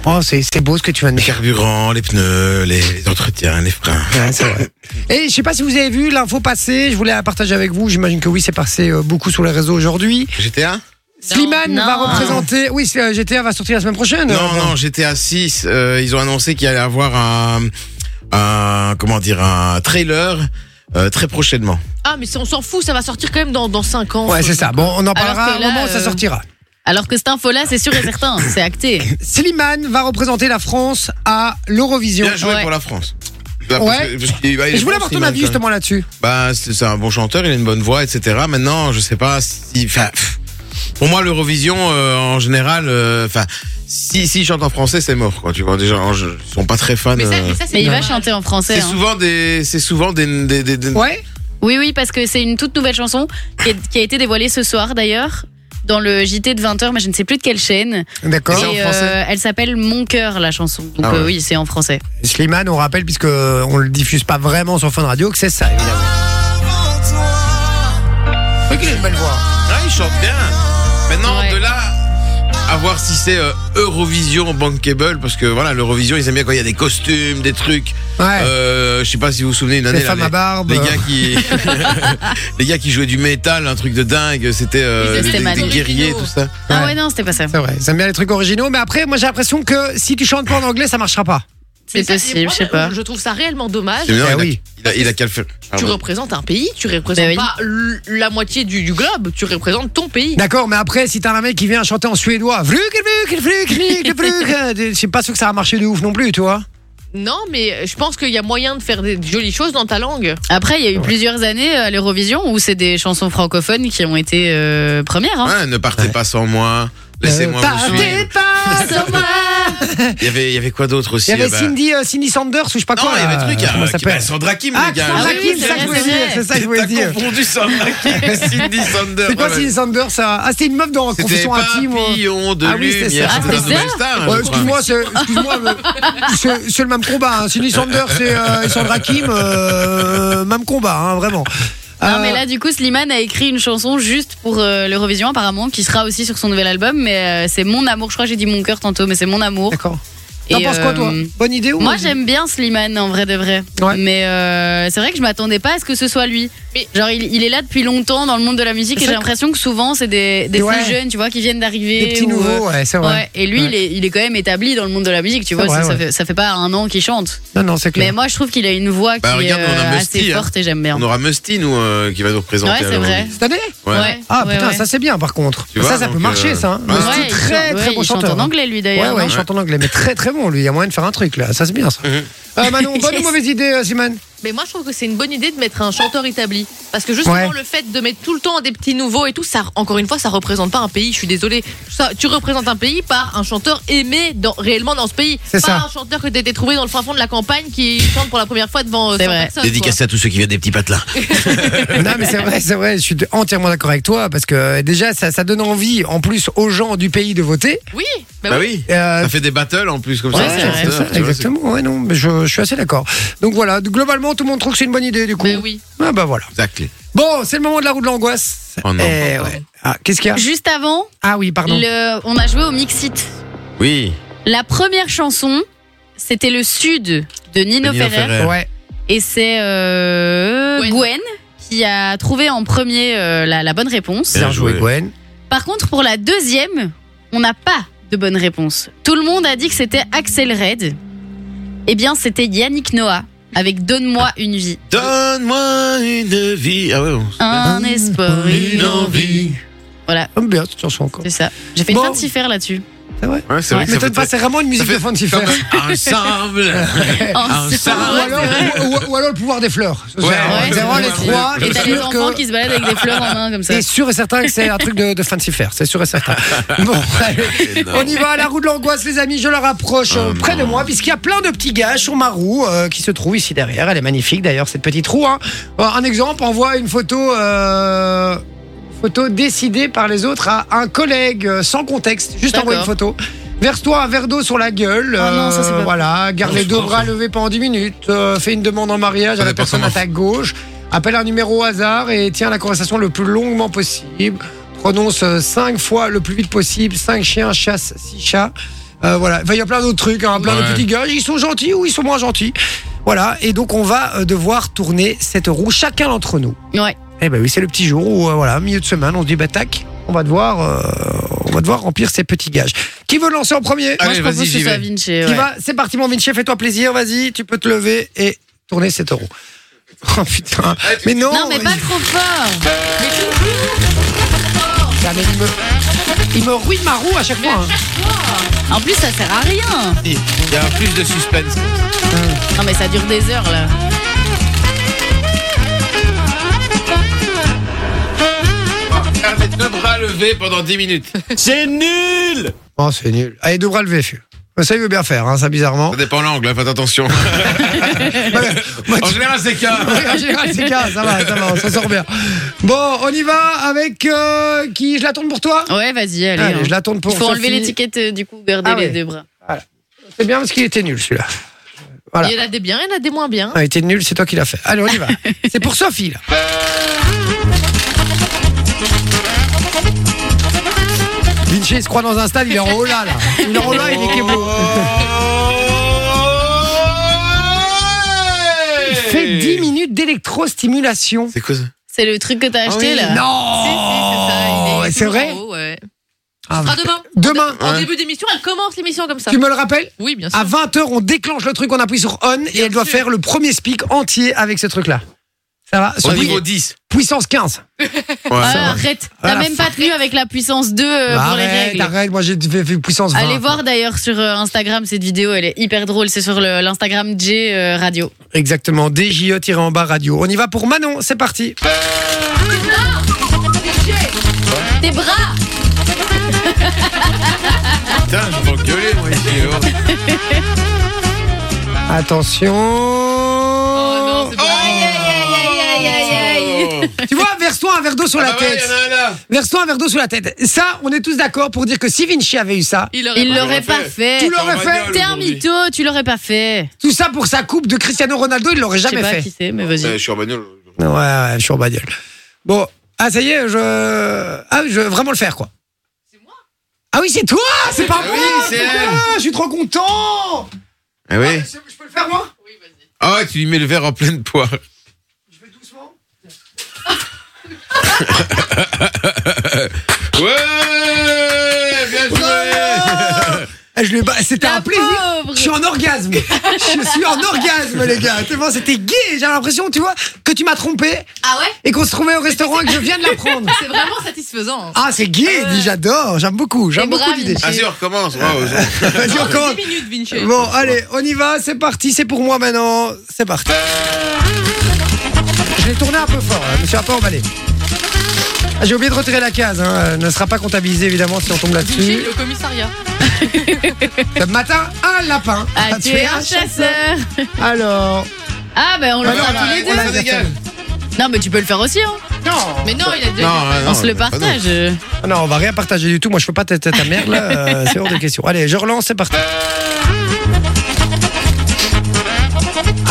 Speaker 1: Oh, c'est c'est beau ce que tu viens de
Speaker 2: Les
Speaker 1: me dire.
Speaker 2: carburants, les pneus, les, les entretiens, les freins.
Speaker 1: Ouais, c'est vrai. Et je sais pas si vous avez vu l'info passer, je voulais la partager avec vous, j'imagine que oui, c'est passé euh, beaucoup sur les réseaux aujourd'hui.
Speaker 2: GTA
Speaker 1: Slimane
Speaker 4: non.
Speaker 1: va représenter, oui, c'est, euh, GTA va sortir la semaine prochaine.
Speaker 2: Non,
Speaker 1: Euh,
Speaker 2: non, GTA 6, euh, ils ont annoncé qu'il allait avoir un, un- comment dire, un trailer euh, très prochainement.
Speaker 3: Ah, mais c'est- on s'en fout, ça va sortir quand même dans, dans 5 ans.
Speaker 1: Ouais, c'est ça. Bon, on en
Speaker 4: Alors
Speaker 1: parlera
Speaker 4: que
Speaker 1: au
Speaker 4: là,
Speaker 1: moment où ça
Speaker 4: euh,
Speaker 1: sortira.
Speaker 4: Alors que cette info-là, c'est sûr et certain, c'est acté.
Speaker 1: Slimane va représenter la France à l'Eurovision.
Speaker 2: Bien joué
Speaker 4: Ouais.
Speaker 2: pour la France. Là,
Speaker 1: Ouais.
Speaker 2: parce que- parce qu'il- bah, il
Speaker 1: Et
Speaker 2: est
Speaker 1: je voulais
Speaker 2: bon,
Speaker 1: avoir ton
Speaker 2: Slimane,
Speaker 1: avis
Speaker 2: quand même.
Speaker 1: justement là-dessus.
Speaker 2: Bah, c'est c'est un bon chanteur, il a une bonne voix, etc. Maintenant, je sais pas si. Enfin, pff, pour moi, l'Eurovision, euh, en général, euh, enfin, si, si chante en français, c'est mort, quoi. Tu vois, déjà, en- je- ils sont pas très fans.
Speaker 3: Mais ça,
Speaker 2: euh.
Speaker 3: mais ça, c'est
Speaker 4: Mais il va
Speaker 3: dommage.
Speaker 4: chanter en français.
Speaker 2: C'est
Speaker 4: hein.
Speaker 2: souvent des, c'est souvent des, des, des- des-
Speaker 1: Ouais.
Speaker 4: Oui, oui, parce que c'est une toute nouvelle chanson qui, est- qui a été dévoilée ce soir d'ailleurs. Dans le JT de 20h, mais je ne sais plus de quelle chaîne.
Speaker 1: D'accord.
Speaker 2: c'est en
Speaker 4: Et, euh,
Speaker 2: français
Speaker 4: elle s'appelle Mon cœur, la chanson. Donc
Speaker 2: Ah ouais.
Speaker 4: euh, oui, c'est en français.
Speaker 1: Slimane, on rappelle, puisque on le diffuse pas vraiment sur Fun Radio, que c'est ça, évidemment. Oui, qu'il a une belle voix.
Speaker 2: Ah, il chante bien. Maintenant,
Speaker 4: Ouais.
Speaker 2: de là à voir si c'est euh, Eurovision bankable, parce que voilà, l'Eurovision, ils aiment bien quand il y a des costumes, des trucs.
Speaker 1: Ouais.
Speaker 2: Euh, je sais pas si vous vous souvenez une
Speaker 1: les
Speaker 2: année. là,
Speaker 1: femmes à barbe. euh,
Speaker 2: Les gars qui, les gars qui jouaient du métal, un truc de dingue, c'était euh,
Speaker 4: Ils
Speaker 2: des,
Speaker 4: étaient
Speaker 2: des-
Speaker 4: mad.
Speaker 2: des guerriers,
Speaker 3: Originaux.
Speaker 2: tout ça.
Speaker 4: Ah
Speaker 1: Ouais.
Speaker 4: ouais, non, c'était pas ça.
Speaker 1: C'est vrai, ils aiment bien les trucs originaux, mais après, moi j'ai l'impression que si tu chantes pas en anglais, ça marchera pas.
Speaker 4: C'est
Speaker 3: Mais ça,
Speaker 4: possible,
Speaker 3: moi,
Speaker 4: je sais pas.
Speaker 3: Je trouve ça réellement dommage.
Speaker 2: C'est bien,
Speaker 1: Eh
Speaker 2: il, a,
Speaker 1: oui.
Speaker 2: il, a, il a qu'à le faire.
Speaker 3: Tu
Speaker 1: Ah
Speaker 2: Pardon.
Speaker 3: représentes un pays, tu représentes
Speaker 4: Bah oui.
Speaker 3: pas l- la moitié du, du globe, tu représentes ton pays.
Speaker 1: D'accord, mais après, si t'as un mec qui vient chanter en suédois, vruk, vruk, vruk, vruk, vruk, euh, je suis pas sûr que ça a marché de ouf non plus, tu vois.
Speaker 3: Non, mais je pense qu'il y a moyen de faire des jolies choses dans ta langue.
Speaker 4: Après, il y a eu plusieurs années à l'Eurovision où c'est des chansons francophones qui ont été euh, premières. hein.
Speaker 2: Ouais, ne partez pas sans moi. Laissez-moi
Speaker 1: Euh,
Speaker 2: vous
Speaker 1: partez
Speaker 2: suivre.
Speaker 1: pas sans moi.
Speaker 2: Il y avait, il y avait quoi d'autre aussi
Speaker 1: Il y avait
Speaker 2: bah-
Speaker 1: Cindy, euh, Cindy Sanders ou je sais pas
Speaker 2: Non,
Speaker 1: quoi.
Speaker 2: il y avait
Speaker 1: là.
Speaker 2: un truc.
Speaker 1: Comment
Speaker 2: euh,
Speaker 1: ça
Speaker 2: qui- bah,
Speaker 1: s'appelle
Speaker 2: Sandra Kim,
Speaker 1: Ah,
Speaker 2: les gars.
Speaker 1: Sandra
Speaker 4: Ah oui,
Speaker 1: Kim, c'est ça que je voulais
Speaker 4: c'est
Speaker 1: dire.
Speaker 4: vrai.
Speaker 1: C'est ça que je voulais
Speaker 2: T'as
Speaker 1: dire.
Speaker 2: confondu Sandra Kim et Cindy Sanders.
Speaker 1: C'est quoi
Speaker 2: Voilà.
Speaker 1: Cindy Sanders ça Ah, c'était une meuf dans
Speaker 2: C'était
Speaker 1: Confession intime. ou-
Speaker 2: Papillon de
Speaker 1: Ah oui, c'est
Speaker 2: lumière.
Speaker 1: ça.
Speaker 2: C'était
Speaker 4: Ah,
Speaker 2: un
Speaker 4: c'est
Speaker 2: nouvel
Speaker 4: ça
Speaker 2: star, hein,
Speaker 1: Ouais,
Speaker 2: je crois.
Speaker 1: excuse-moi, c'est excuse-moi, mais c'est- c'est le même combat. Hein. Cindy Sanders et, euh, et Sandra Kim, euh, même combat, hein, vraiment.
Speaker 4: Non,
Speaker 1: Euh,
Speaker 4: mais là, du coup, Slimane a écrit une chanson juste pour euh, l'Eurovision, apparemment, qui sera aussi sur son nouvel album. Mais euh, c'est Mon Amour. Je crois que j'ai dit Mon Cœur tantôt, mais c'est Mon Amour.
Speaker 1: D'accord. T'en
Speaker 4: Et,
Speaker 1: penses quoi, toi
Speaker 4: euh,
Speaker 1: Bonne idée ou
Speaker 4: Moi, j'aime bien Slimane, en vrai de vrai.
Speaker 1: Ouais.
Speaker 4: Mais euh, c'est vrai que je m'attendais pas à ce que ce soit lui.
Speaker 3: Mais-
Speaker 4: Genre, il, il est là depuis longtemps dans le monde de la musique
Speaker 1: C'est
Speaker 4: et j'ai
Speaker 1: vrai que-
Speaker 4: l'impression que souvent, c'est des, des
Speaker 1: Ouais.
Speaker 4: petits jeunes, tu vois, qui viennent d'arriver.
Speaker 1: Des petits
Speaker 4: ou, euh,
Speaker 1: nouveaux, ouais, c'est vrai.
Speaker 4: ouais. Et lui,
Speaker 1: Ouais.
Speaker 4: il, est, il est quand même établi dans le monde de la musique,
Speaker 1: C'est
Speaker 4: tu vois.
Speaker 1: vrai,
Speaker 4: ça,
Speaker 1: ouais.
Speaker 4: ça, fait, ça fait pas un an qu'il chante.
Speaker 1: Non, non, c'est
Speaker 4: Mais
Speaker 1: clair.
Speaker 4: moi, je trouve qu'il a une voix qui
Speaker 2: Bah, regarde,
Speaker 4: est
Speaker 2: on a
Speaker 4: euh,
Speaker 2: Musty,
Speaker 4: assez
Speaker 2: hein.
Speaker 4: forte et j'aime bien.
Speaker 2: On aura Musty, nous, euh, qui va nous représenter.
Speaker 4: Ouais,
Speaker 2: à
Speaker 4: c'est vrai.
Speaker 2: l'Eurovision.
Speaker 1: Cette année
Speaker 2: Ouais.
Speaker 1: Ah
Speaker 4: ouais,
Speaker 1: putain,
Speaker 4: ouais.
Speaker 1: ça c'est bien par contre.
Speaker 2: Tu
Speaker 1: ça,
Speaker 2: vois,
Speaker 1: ça peut
Speaker 2: donc,
Speaker 1: marcher,
Speaker 2: euh,
Speaker 1: ça. Hein.
Speaker 2: ouais.
Speaker 1: Mais c'est
Speaker 4: il
Speaker 1: très,
Speaker 4: chante-
Speaker 1: très
Speaker 4: ouais,
Speaker 1: bon
Speaker 4: il chante
Speaker 1: chanteur. hein.
Speaker 4: en anglais, hein, lui,
Speaker 1: Ouais, ouais, il
Speaker 4: d'ailleurs. non
Speaker 1: chante en anglais, mais très très bon lui. Il y a moyen de faire un truc là, ça c'est bien ça.
Speaker 2: Mhm.
Speaker 1: Euh, Manon, bonne ou mauvaise idée, euh, Simone
Speaker 3: Mais moi, je trouve que c'est une bonne idée de mettre un chanteur établi. Parce que justement,
Speaker 1: Ouais.
Speaker 3: le fait de mettre tout le temps des petits nouveaux et tout, ça, encore une fois, ça représente pas un pays. Je suis désolée. Ça, tu représentes un pays par un chanteur aimé dans- réellement dans ce pays.
Speaker 1: C'est
Speaker 3: pas
Speaker 1: ça.
Speaker 3: un chanteur que t'étais trouvé dans le fin fond de la campagne qui chante pour la première fois devant euh,
Speaker 4: C'est
Speaker 3: 100
Speaker 4: vrai.
Speaker 3: personnes,
Speaker 2: Dédicace à tous ceux qui viennent des petits patelins.
Speaker 1: Non, mais c'est vrai, c'est vrai, je suis entièrement d'accord avec toi parce que euh, déjà ça, ça donne envie en plus aux gens du pays de voter.
Speaker 3: quoi. Oui, bah
Speaker 2: Bah
Speaker 3: oui.
Speaker 2: oui.
Speaker 1: Euh,
Speaker 2: Ça fait des battles en plus, comme
Speaker 1: Ouais,
Speaker 2: ça.
Speaker 4: Ah c'est
Speaker 2: sur
Speaker 4: vrai,
Speaker 1: c'est
Speaker 2: Twitter,
Speaker 1: ça,
Speaker 2: tu vois,
Speaker 1: exactement. Ouais, non, mais je, je suis assez d'accord. Donc voilà, globalement, tout le monde trouve que c'est une bonne idée, du coup.
Speaker 3: Mais oui.
Speaker 1: Ah bah voilà.
Speaker 2: c'est- Exact.
Speaker 1: Bon, c'est le moment de la roue de l'angoisse.
Speaker 2: Oh non.
Speaker 1: Eh ouais. Ah, qu'est-ce qu'il y a
Speaker 4: Juste avant,
Speaker 1: Ah oui, pardon.
Speaker 4: le- on a joué au Mixit.
Speaker 2: Oui.
Speaker 4: La première chanson, c'était le Sud de Nino,
Speaker 2: Nino
Speaker 4: Ferrer.
Speaker 2: Ferrer.
Speaker 1: Ouais.
Speaker 4: Et c'est euh,
Speaker 3: Gwen.
Speaker 4: Gwen. qui a trouvé en premier euh, la, la bonne réponse.
Speaker 2: Bien
Speaker 1: Bien joué,
Speaker 2: joué.
Speaker 1: Gwen.
Speaker 4: Par contre, pour la deuxième, on n'a pas de bonne réponse. Tout le monde a dit que c'était Axel Red. Eh bien, c'était Yannick Noah avec Donne-moi une vie.
Speaker 2: Donne-moi une vie. Ah ouais, on-
Speaker 4: Un espoir, une envie. Voilà.
Speaker 1: J'aime Oh, bien cette chanson encore.
Speaker 4: C'est ça. J'ai fait
Speaker 1: Bon.
Speaker 4: une fin de s'y faire là-dessus.
Speaker 2: ouais, c'est vrai. que ça
Speaker 1: M'étonne
Speaker 2: fait
Speaker 1: pas,
Speaker 2: très-
Speaker 1: c'est vraiment une musique
Speaker 2: fait
Speaker 1: de Fancy
Speaker 2: comme
Speaker 1: Fair.
Speaker 2: un- Ensemble.
Speaker 4: Oh, Ah,
Speaker 1: Ou alors, ou- ou alors le pouvoir des fleurs. C'est-
Speaker 2: Ouais,
Speaker 1: c'est
Speaker 2: ouais,
Speaker 1: vraiment
Speaker 2: ouais,
Speaker 1: les
Speaker 2: ouais.
Speaker 1: trois.
Speaker 4: Et
Speaker 1: je
Speaker 4: t'as
Speaker 1: suis
Speaker 4: les
Speaker 1: sûr que-
Speaker 4: enfants qui se baladent avec des fleurs en main comme ça.
Speaker 1: C'est sûr et certain que c'est un truc de, de Fancy Fair, c'est sûr et certain. Bon, allez,
Speaker 2: Énorme.
Speaker 1: on y va à la roue de l'angoisse, les amis. Je la rapproche euh, près de moi, puisqu'il y a plein de petits gages sur ma roue euh, qui se trouve ici derrière. Elle est magnifique d'ailleurs, cette petite roue. hein. Euh, Un exemple, envoie une photo. euh, Photo décidée par les autres à un collègue euh, sans contexte. Juste envoie une
Speaker 4: D'accord.
Speaker 1: photo. Verse-toi un verre d'eau sur la gueule. euh,
Speaker 4: Oh non, ça, c'est pas-
Speaker 1: voilà. Garde
Speaker 2: Non,
Speaker 1: les
Speaker 2: je
Speaker 1: deux
Speaker 2: pense,
Speaker 1: bras
Speaker 2: ça.
Speaker 1: levés pendant 10 minutes. euh, fais une demande en mariage
Speaker 2: Ça
Speaker 1: à la
Speaker 2: dépend
Speaker 1: personne à
Speaker 2: comment.
Speaker 1: ta gauche. Appelle un numéro au hasard et tiens la conversation le plus longuement possible. Prononce 5 fois le plus vite possible. 5 chiens, chasse 6 chats. Euh, voilà. Enfin, il y a plein d'autres trucs, hein, plein de
Speaker 2: Ouais.
Speaker 1: petits gages. Ils sont gentils ou ils sont moins gentils. Voilà. Et donc, on va euh, devoir tourner cette roue, chacun d'entre nous.
Speaker 4: Ouais.
Speaker 1: Eh ben oui, c'est le petit jour où, euh, voilà, milieu de semaine, on se dit, bah tac, on va devoir, euh, on va devoir remplir ces petits gages. Qui veut lancer en premier
Speaker 4: Moi,
Speaker 2: Allez,
Speaker 4: je
Speaker 2: vas-y,
Speaker 4: propose que
Speaker 2: j'y
Speaker 4: ce soit
Speaker 2: vais.
Speaker 4: Vinci.
Speaker 1: Qui
Speaker 4: ouais.
Speaker 1: va C'est parti, mon Vinci, fais-toi plaisir, vas-y, tu peux te lever et tourner cette roue. Oh putain. Mais non,
Speaker 4: Non, mais pas trop fort.
Speaker 1: Ah, mais il, me... il me ruine ma roue à chaque fois. hein.
Speaker 4: En plus, ça sert à rien.
Speaker 2: Il y a plus de suspense.
Speaker 4: Non, mais ça dure des heures là.
Speaker 2: Avec deux bras levés pendant 10 minutes.
Speaker 1: Oh, c'est nul. Allez, deux bras levés, fût. Ça, il veut bien faire, hein, ça, bizarrement.
Speaker 2: Ça dépend l'angle, hein, faites attention. en général, c'est qu'un.
Speaker 1: En général, c'est bien, ça va, ça va, on s'en sort bien. Bon, on y va avec euh, qui Je la tourne pour toi
Speaker 4: Ouais, vas-y, allez.
Speaker 1: Allez,
Speaker 4: hein.
Speaker 1: je la tourne pour
Speaker 4: Il faut enlever
Speaker 1: Sophie.
Speaker 4: l'étiquette euh, du coup, garder
Speaker 1: Ah
Speaker 4: les
Speaker 1: ouais.
Speaker 4: deux bras.
Speaker 1: C'est bien parce qu'il était nul celui-là. Voilà.
Speaker 3: Il y en a des biens, il y en a des moins bien.
Speaker 1: Ah, il était nul, c'est toi qui l'as fait. Allez, on y va. c'est pour Sophie là. Vinci il se croit dans un stade, il est en haut là. là. Il est en haut là, il est Kebo. Il fait 10 minutes d'électrostimulation.
Speaker 2: C'est quoi ça
Speaker 4: C'est le truc que t'as acheté là.
Speaker 3: Si, si, c'est ça,
Speaker 1: Non
Speaker 3: il est
Speaker 1: Oh, C'est
Speaker 3: toujours
Speaker 1: vrai
Speaker 3: en haut, ouais. Ce
Speaker 1: Ah,
Speaker 3: sera demain.
Speaker 1: Demain, hein.
Speaker 3: En
Speaker 2: Ouais.
Speaker 3: début d'émission, elle commence l'émission comme ça.
Speaker 1: tu me le rappelles
Speaker 3: Oui, bien sûr.
Speaker 1: À 20h, on déclenche le truc, on appuie sur on et elle doit
Speaker 3: sûr.
Speaker 1: faire le premier speak entier avec ce truc là. Ça va
Speaker 2: Au
Speaker 1: Sophie,
Speaker 2: niveau 10.
Speaker 1: Puissance 15.
Speaker 2: Ouais.
Speaker 4: Ah, arrête,
Speaker 1: Ah,
Speaker 4: t'as
Speaker 1: la
Speaker 4: même pas tenu avec la puissance 2 euh,
Speaker 1: Bah,
Speaker 4: pour les
Speaker 1: arrête,
Speaker 4: règles.
Speaker 1: arrête, moi j'ai fait fait puissance 20.
Speaker 4: Allez voir d'ailleurs sur euh, Instagram cette vidéo, elle est hyper drôle. C'est sur le- l'Instagram J euh, Radio.
Speaker 1: Exactement, DJE-en-bas radio. On y va pour Manon, c'est parti.
Speaker 4: Tes bras
Speaker 2: Putain, je vais engueuler, moi, ici. oh. alors.
Speaker 1: Attention.
Speaker 3: non,
Speaker 2: Oh.
Speaker 3: c'est pas
Speaker 4: Aïe, aïe, aïe.
Speaker 1: tu vois, verse-toi un verre d'eau sur la
Speaker 2: Ah ouais,
Speaker 1: tête.
Speaker 2: y en a un là.
Speaker 1: Verse-toi un verre d'eau sur la tête. Ça, on est tous d'accord pour dire que si Vinci avait eu ça,
Speaker 3: Il aurait.
Speaker 4: Il l'aurait pas
Speaker 1: tu
Speaker 4: fait. Oh
Speaker 1: l'aurais
Speaker 2: en
Speaker 1: fait.
Speaker 2: bagnole.
Speaker 4: T'es un mytho, tu l'aurais pas fait.
Speaker 1: Tout ça pour sa coupe de Cristiano Ronaldo, il l'aurait
Speaker 4: Je sais
Speaker 1: jamais
Speaker 4: pas
Speaker 1: fait.
Speaker 4: qui c'est, mais
Speaker 2: Euh, Je
Speaker 4: vas-y.
Speaker 2: suis en bagnole.
Speaker 1: Ouais, ouais, je suis en bagnole. Bon, ah ça y est, je. Ah, je veux vraiment le faire, quoi. Ah oui, c'est toi C'est pas
Speaker 2: Ah
Speaker 1: moi
Speaker 2: oui, c'est
Speaker 1: putain,
Speaker 2: elle.
Speaker 1: Je suis trop content
Speaker 2: Ah oui
Speaker 1: Ah, Je peux le faire, moi
Speaker 2: Ah ouais, tu lui mets le verre en pleine poire.
Speaker 1: Je vais doucement.
Speaker 2: Ouais Bien joué
Speaker 1: Ah, je l'ai ba- C'était
Speaker 4: La
Speaker 1: un plaisir
Speaker 4: pauvre.
Speaker 1: Je suis en orgasme Je suis en orgasme, les gars Tellement c'était gay J'ai l'impression, tu vois, que tu m'as trompé
Speaker 3: Ah ouais
Speaker 1: et qu'on se trouvait au restaurant et que je viens de l'apprendre
Speaker 3: C'est vraiment satisfaisant.
Speaker 1: Ah, c'est gay dis, J'adore J'aime beaucoup J'aime
Speaker 4: Et
Speaker 1: beaucoup
Speaker 4: bravo,
Speaker 1: l'idée
Speaker 4: Vinci.
Speaker 2: Vas-y, Ah, on recommence. bravo.
Speaker 1: Ah, Vas-y, on commence.
Speaker 3: 10 minutes, Vinci.
Speaker 1: Bon, allez, on y va, c'est parti, c'est pour moi maintenant, c'est parti. Je l'ai tourné un peu fort, hein, je me suis un peu emballé. Ah, J'ai oublié de retirer la case, hein, euh, ne sera pas comptabilisé évidemment si on tombe
Speaker 3: Vinci,
Speaker 1: là-dessus.
Speaker 3: il est au commissariat.
Speaker 1: Ce matin, un lapin
Speaker 4: Ah,
Speaker 1: a
Speaker 4: tu
Speaker 1: tué
Speaker 4: es un chasseur.
Speaker 1: Alors,
Speaker 4: Ah, ben on le
Speaker 1: Ah non,
Speaker 4: fera
Speaker 1: là,
Speaker 4: tous les
Speaker 1: on
Speaker 4: deux.
Speaker 1: l'a-
Speaker 4: Non, mais tu peux le faire aussi, hein.
Speaker 1: non,
Speaker 3: Mais non, il a déjà.
Speaker 2: Non, non,
Speaker 4: On se le
Speaker 2: pas
Speaker 4: partage.
Speaker 1: Ah non, on va rien partager du tout. Moi, je peux pas tester ta merde là, euh, c'est hors de question. Allez, je relance, c'est parti.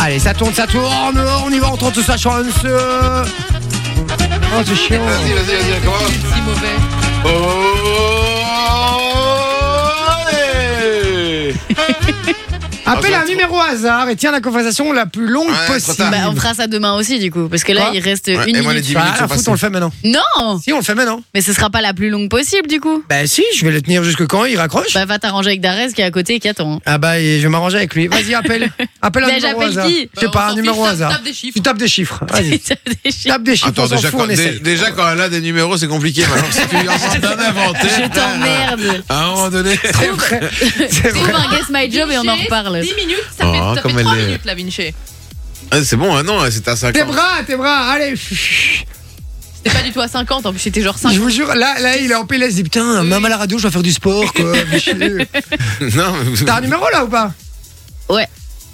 Speaker 1: Allez, ça tourne, ça tourne. On y va, on tente toute sa chance. Oh, c'est chiant.
Speaker 2: non. Vas-y, vas-y, vas-y, recommence.
Speaker 3: Il est si mauvais.
Speaker 2: Oh, Olé
Speaker 1: Appelle
Speaker 2: Ah,
Speaker 1: un
Speaker 2: c'est
Speaker 1: numéro au hasard et tiens la conversation la plus longue
Speaker 2: Ouais,
Speaker 1: possible.
Speaker 2: trop tard.
Speaker 4: Bah, on fera ça demain aussi, du coup. Parce que là,
Speaker 1: Quoi
Speaker 4: il reste
Speaker 2: Ouais,
Speaker 4: une
Speaker 2: et moi, les
Speaker 4: minute.
Speaker 2: dix
Speaker 1: Bah,
Speaker 2: minutes
Speaker 1: à
Speaker 2: sont
Speaker 1: la foot,
Speaker 2: passées.
Speaker 1: on le fait maintenant.
Speaker 4: Non
Speaker 1: Si, on le fait maintenant.
Speaker 4: Mais ce sera pas la plus longue possible, du coup.
Speaker 1: Bah si, je vais le tenir jusque quand il raccroche.
Speaker 4: Bah, va t'arranger avec Darès qui est à côté et qui attend.
Speaker 1: Ah bah, et je vais m'arranger avec lui. Vas-y, appelle. Appelle un
Speaker 4: Mais
Speaker 1: numéro au
Speaker 4: j'appelle
Speaker 1: hasard.
Speaker 4: qui
Speaker 1: Je sais
Speaker 3: Bah, on
Speaker 1: pas, un
Speaker 3: s'en
Speaker 1: numéro
Speaker 3: fiche,
Speaker 1: au
Speaker 3: tape-
Speaker 1: hasard.
Speaker 3: Tape des chiffres.
Speaker 1: Tu tapes des chiffres. Vas-y.
Speaker 4: Ça déchire.
Speaker 1: Tape des chiffres.
Speaker 2: Attends,
Speaker 1: on s'en
Speaker 2: déjà,
Speaker 1: fout,
Speaker 2: quand,
Speaker 1: on essaye.
Speaker 2: dé- déjà, quand elle a des numéros, c'est compliqué. Maintenant, si tu lui en sors un inventé,
Speaker 4: Je t'emmerde.
Speaker 2: Ah, à un moment donné.
Speaker 1: C'est vrai. C'est vrai.
Speaker 4: Trouve un Guess My Job et on en
Speaker 3: Vinci,
Speaker 4: reparle.
Speaker 3: 10 minutes, ça
Speaker 2: Oh,
Speaker 3: fait, ça fait
Speaker 2: comme
Speaker 3: 3
Speaker 2: elle est-
Speaker 3: minutes, là, Vinci.
Speaker 2: Ah, c'est bon, ah non, c'est à 50.
Speaker 1: Tes bras, tes bras, allez. Je
Speaker 3: C'était pas du tout à 50, en plus, c'était genre 50.
Speaker 1: vous jure, là, là il est en PLS, il dit putain,
Speaker 3: Oui.
Speaker 1: même à la radio, je dois faire du sport, quoi. monsieur.
Speaker 2: Non, mais-
Speaker 1: T'as un numéro là ou pas
Speaker 4: Ouais.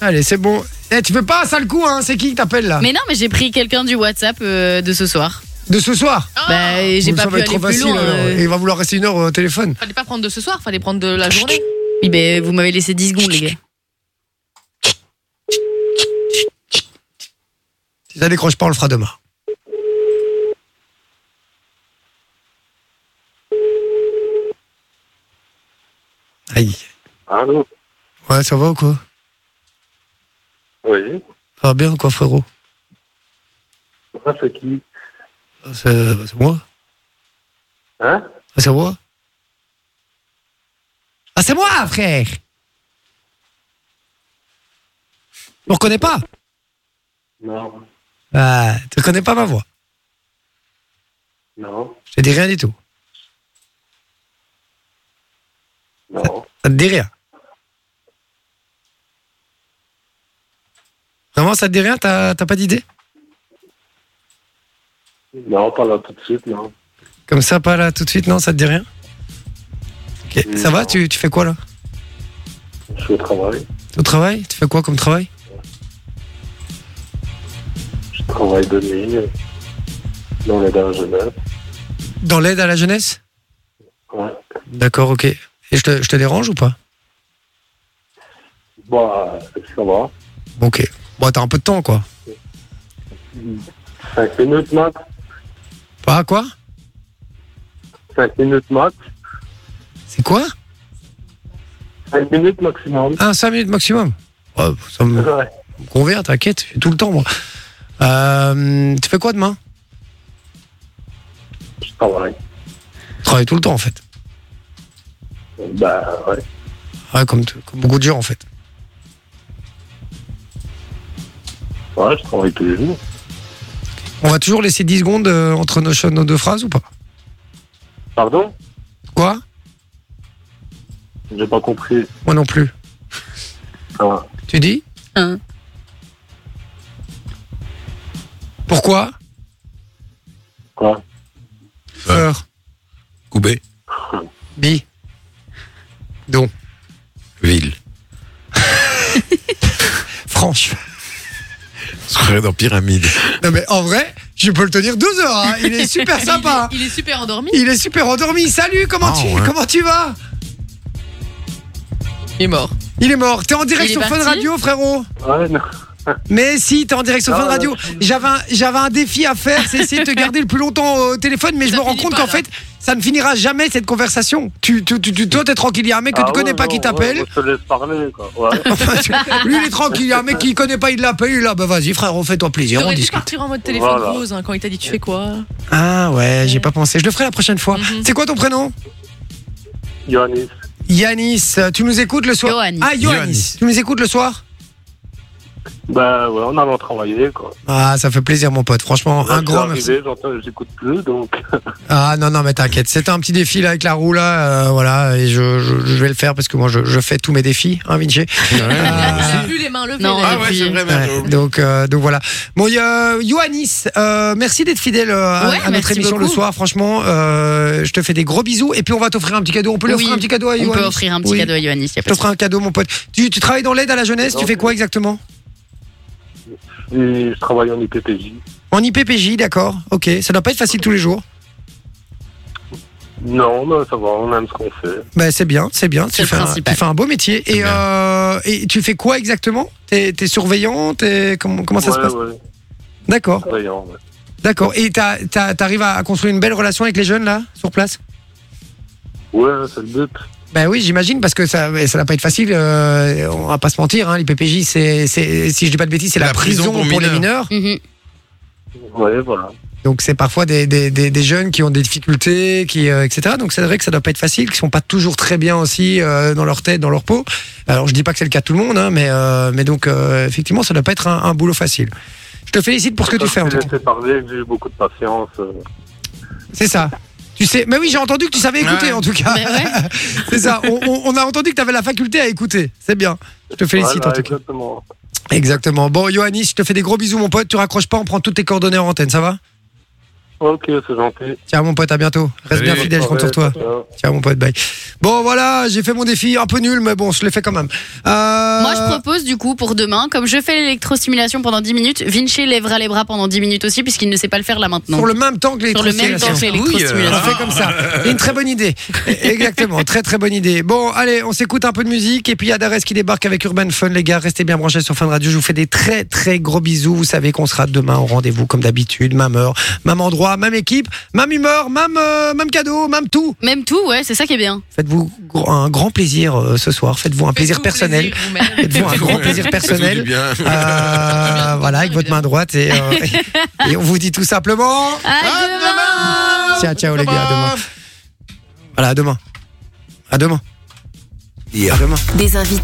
Speaker 1: Allez, c'est bon. Eh, tu fais pas ça le coup, hein C'est qui qui t'appelle là
Speaker 4: Mais non, mais j'ai pris quelqu'un du WhatsApp euh, de ce soir.
Speaker 1: De ce soir
Speaker 3: Ah,
Speaker 4: Bah, j'ai
Speaker 1: Bon,
Speaker 4: pas
Speaker 1: ça
Speaker 4: pu
Speaker 1: va être
Speaker 4: aller
Speaker 1: trop
Speaker 4: plus
Speaker 1: facile.
Speaker 4: loin.
Speaker 1: alors.
Speaker 4: euh.
Speaker 1: Et Il va vouloir rester une heure au téléphone.
Speaker 3: Fallait pas prendre de ce soir, fallait prendre de la journée.
Speaker 4: Oui, ben, vous m'avez laissé 10 secondes, les gars.
Speaker 1: Si ça décroche pas, on le fera demain. Aïe.
Speaker 7: Allô
Speaker 1: Ouais, ça va ou quoi
Speaker 7: Oui
Speaker 1: Ça va bien ou quoi, frérot
Speaker 7: Ça, Ah, c'est qui
Speaker 1: Ah, C'est c'est moi
Speaker 7: Hein
Speaker 1: Ah, c'est moi Ah, c'est moi, frère Tu me reconnais pas
Speaker 7: Non,
Speaker 1: Ah, Tu reconnais pas ma voix
Speaker 7: non,
Speaker 1: Je te dis rien du tout.
Speaker 7: non.
Speaker 1: Ça te dit rien Vraiment, ça te dit rien T'as t'as pas d'idée
Speaker 7: Non, pas là tout de suite, non.
Speaker 1: Comme ça, pas là tout de suite, non Ça te dit rien Ok, Ça va tu, tu fais quoi là
Speaker 7: Je suis au travail.
Speaker 1: Au travail Tu fais quoi comme travail
Speaker 7: Je travaille de nuit. euh, Dans les dents Genève.
Speaker 1: Dans l'aide à la jeunesse
Speaker 7: Ouais.
Speaker 1: D'accord, ok. Et je te, je te dérange ou pas
Speaker 7: Bah, ça va.
Speaker 1: Ok. Bon, t'as un peu de temps, quoi.
Speaker 7: Cinq minutes max.
Speaker 1: Pas quoi
Speaker 7: Cinq minutes max.
Speaker 1: C'est quoi
Speaker 7: Cinq minutes maximum.
Speaker 1: Un 5 minutes maximum. Oh, ça me
Speaker 7: Ouais.
Speaker 1: convient, t'inquiète, j'ai tout le temps, moi. Euh, tu fais quoi demain
Speaker 7: Je travaille.
Speaker 1: Je travaille tout le temps, en fait.
Speaker 7: Bah, ouais.
Speaker 1: Ouais, comme, t- comme beaucoup de gens, en fait.
Speaker 7: Ouais, je travaille tous les jours.
Speaker 1: On va toujours laisser 10 secondes euh, entre nos, cho- nos deux phrases ou pas
Speaker 7: Pardon
Speaker 1: Quoi
Speaker 7: J'ai pas compris.
Speaker 1: Moi non plus.
Speaker 7: Ah,
Speaker 1: Tu dis
Speaker 4: Hein.
Speaker 1: Pourquoi
Speaker 7: quoi
Speaker 1: Fleur.
Speaker 2: Coubé.
Speaker 1: Bi.
Speaker 2: pyramide.
Speaker 1: Non, mais en vrai, je peux le tenir 12 heures. hein. Il est super sympa.
Speaker 3: Il est, il est super endormi.
Speaker 1: Il est super endormi. Salut, comment,
Speaker 2: Ah,
Speaker 1: tu,
Speaker 2: ouais.
Speaker 1: comment tu vas
Speaker 3: Il est mort.
Speaker 1: Il est mort. T'es en direct
Speaker 4: Il est
Speaker 1: sur Fun
Speaker 4: parti
Speaker 1: Radio, frérot
Speaker 7: Ouais, non.
Speaker 1: Mais si, t'es en direct sur
Speaker 7: Ah,
Speaker 1: Fun
Speaker 7: ouais,
Speaker 1: Radio. J'avais un, j'avais un défi à faire, c'est essayer de te garder le plus longtemps euh, au téléphone, mais je
Speaker 3: Ça
Speaker 1: me rends
Speaker 3: finit
Speaker 1: compte
Speaker 3: pas,
Speaker 1: qu'en
Speaker 3: là.
Speaker 1: fait, ça ne finira jamais cette conversation. Tu, tu, tu, tu- toi, t'es tranquille, il y a un mec que
Speaker 7: Ah
Speaker 1: tu
Speaker 7: ouais,
Speaker 1: connais pas
Speaker 7: non,
Speaker 1: qui
Speaker 7: ouais,
Speaker 1: t'appelle.
Speaker 7: On se laisse parler, quoi. Ouais.
Speaker 1: Enfin, tu- Lui, il est tranquille, il y a un mec qui connaît pas, il l'appelle, il est là, bah vas-y, frérot, fais-toi plaisir, on
Speaker 3: T'aurais dû
Speaker 1: discute.
Speaker 3: partir en mode téléphone
Speaker 7: Voilà.
Speaker 3: rose hein, quand il t'a dit tu fais quoi
Speaker 1: Ah ouais, j'ai pas pensé, je le ferai la prochaine fois.
Speaker 3: Mhm.
Speaker 1: C'est quoi ton prénom
Speaker 7: Yoannis,
Speaker 1: Yanis, tu nous écoutes le soir
Speaker 4: Yoannis.
Speaker 1: Ah, Yoannis,
Speaker 2: Yoannis.
Speaker 1: tu nous écoutes le soir
Speaker 7: bah ouais, en allant travailler, quoi.
Speaker 1: Ah, ça fait plaisir, mon pote, franchement,
Speaker 7: Là,
Speaker 1: un
Speaker 7: je suis
Speaker 1: grand merci.
Speaker 7: arrivé, j'entends- J'écoute plus, donc.
Speaker 1: Ah non, non, mais t'inquiète, c'était un petit défi là avec la roue là, euh, voilà, et je, je, je vais le faire parce que moi je, je fais tous mes défis, hein Vinci
Speaker 3: J'ai
Speaker 1: Ah.
Speaker 3: plus les mains levées.
Speaker 4: Non.
Speaker 3: d'ailleurs.
Speaker 2: Ah ouais, c'est vrai, merde, j'ai
Speaker 1: Ouais,
Speaker 2: oublié.
Speaker 1: donc, euh, donc voilà. Bon, il y a Yoannis, euh, merci d'être fidèle euh, à,
Speaker 4: Ouais,
Speaker 1: à notre
Speaker 4: merci
Speaker 1: émission le
Speaker 4: beaucoup.
Speaker 1: soir. Franchement, euh, je te fais des gros bisous et puis on va t'offrir un petit cadeau. On peut lui
Speaker 4: Oui,
Speaker 1: offrir un petit cadeau à
Speaker 4: On
Speaker 1: Yoannis
Speaker 4: peut offrir un petit
Speaker 1: Oui.
Speaker 4: cadeau à Yoannis. y a
Speaker 1: Je
Speaker 4: pas de
Speaker 1: t'offre un cadeau, mon pote. Tu, tu travailles dans l'aide à la jeunesse, tu fais quoi exactement
Speaker 7: Et je travaille en IPPJ.
Speaker 1: En IPPJ, d'accord, ok. Ça doit pas être facile tous les jours.
Speaker 7: Non, mais ça va, on aime ce qu'on fait.
Speaker 1: Ben, c'est bien, c'est bien.
Speaker 4: C'est
Speaker 1: Tu
Speaker 4: le
Speaker 1: fais, un,
Speaker 4: principal.
Speaker 1: tu fais un beau métier. Et,
Speaker 2: bien.
Speaker 1: euh, et tu fais quoi exactement T'es es surveillant t'es- comment, comment ça
Speaker 7: ouais,
Speaker 1: se passe
Speaker 7: ouais,
Speaker 1: D'accord,
Speaker 7: travaillant, ouais.
Speaker 1: d'accord. Et t'as- t'as- t'arrives à à construire une belle relation avec les jeunes là, sur place
Speaker 7: Ouais, c'est le but.
Speaker 1: Ben oui, j'imagine, parce que ça mais ça va pas être facile. euh, on va pas se mentir, hein, l'IPPJ, c'est, c'est- si je dis pas de bêtises, c'est la,
Speaker 2: La
Speaker 1: prison,
Speaker 2: prison pour
Speaker 1: pour les
Speaker 2: mineurs.
Speaker 1: mineurs.
Speaker 4: souci. Mhm.
Speaker 7: Ouais, voilà.
Speaker 1: Donc c'est parfois des, des, des, des jeunes qui ont des difficultés, qui euh, etc. Donc c'est vrai que ça doit pas être facile, qui sont pas toujours très bien aussi euh, dans leur tête, dans leur peau. Alors je dis pas que c'est le cas de tout le monde, hein, mais euh, mais donc euh, effectivement ça doit pas être un, un boulot facile. Je te félicite pour ce que tu
Speaker 7: Comme
Speaker 1: fais en
Speaker 7: je
Speaker 1: tout
Speaker 7: t'ai
Speaker 1: cas.
Speaker 7: laissé parler, que j'ai eu beaucoup de patience. euh,
Speaker 1: C'est ça. Tu sais, mais oui, j'ai entendu que tu savais écouter
Speaker 2: Ouais.
Speaker 1: en tout cas.
Speaker 4: Mais ouais.
Speaker 1: c'est ça. On, on- on a entendu que tu avais la faculté à écouter. C'est bien. Je te félicite
Speaker 7: voilà,
Speaker 1: en tout cas.
Speaker 7: exactement.
Speaker 1: Exactement. Bon, Yoannis, je te fais des gros bisous, mon pote. Tu raccroches pas, on prend toutes tes coordonnées en antenne, ça va
Speaker 7: Ok, c'est gentil.
Speaker 1: Tiens, mon pote, à bientôt. Reste
Speaker 2: Salut.
Speaker 1: bien fidèle, je compte sur toi.
Speaker 7: Ouais.
Speaker 1: Tiens, mon pote, bye. Bon, voilà, j'ai fait mon défi un peu nul, mais bon, je l'ai fait quand même. Euh,
Speaker 4: Moi, je propose du coup pour demain, comme je fais l'électrostimulation pendant 10 minutes, Vinci lèvera les bras pendant 10 minutes aussi, puisqu'il ne sait pas le faire là maintenant.
Speaker 1: Sur le même temps que les
Speaker 4: Sur le même temps que
Speaker 1: On
Speaker 4: l'électrostimulation.
Speaker 1: fait comme ça. C'est une très bonne idée. Exactement, très très bonne idée. Bon, allez, on s'écoute un peu de musique. Et puis il y a Darès qui débarque avec Urban Fun. Les gars, restez bien branchés sur Fun Radio. Je vous fais des très très gros bisous. Vous savez qu'on sera demain au rendez-vous comme d'habitude. Même heure, même endroit, même équipe, même humeur, même, euh, même cadeau, même tout.
Speaker 4: Même tout, ouais, c'est ça qui est bien.
Speaker 1: Faites-vous gr- un grand plaisir euh, ce soir. Faites-vous un plaisir
Speaker 3: Faites-vous
Speaker 1: personnel.
Speaker 3: plaisir vous-même.
Speaker 1: Faites-vous un grand plaisir
Speaker 2: Ça fait
Speaker 1: personnel.
Speaker 2: du bien.
Speaker 1: Euh, voilà, avec votre main droite. Et, euh, et on vous dit tout simplement.
Speaker 4: À demain
Speaker 1: Ciao, ciao les gars, à demain. Voilà, à demain. À demain. À demain.
Speaker 6: Dire.
Speaker 1: À demain.
Speaker 5: Des invités.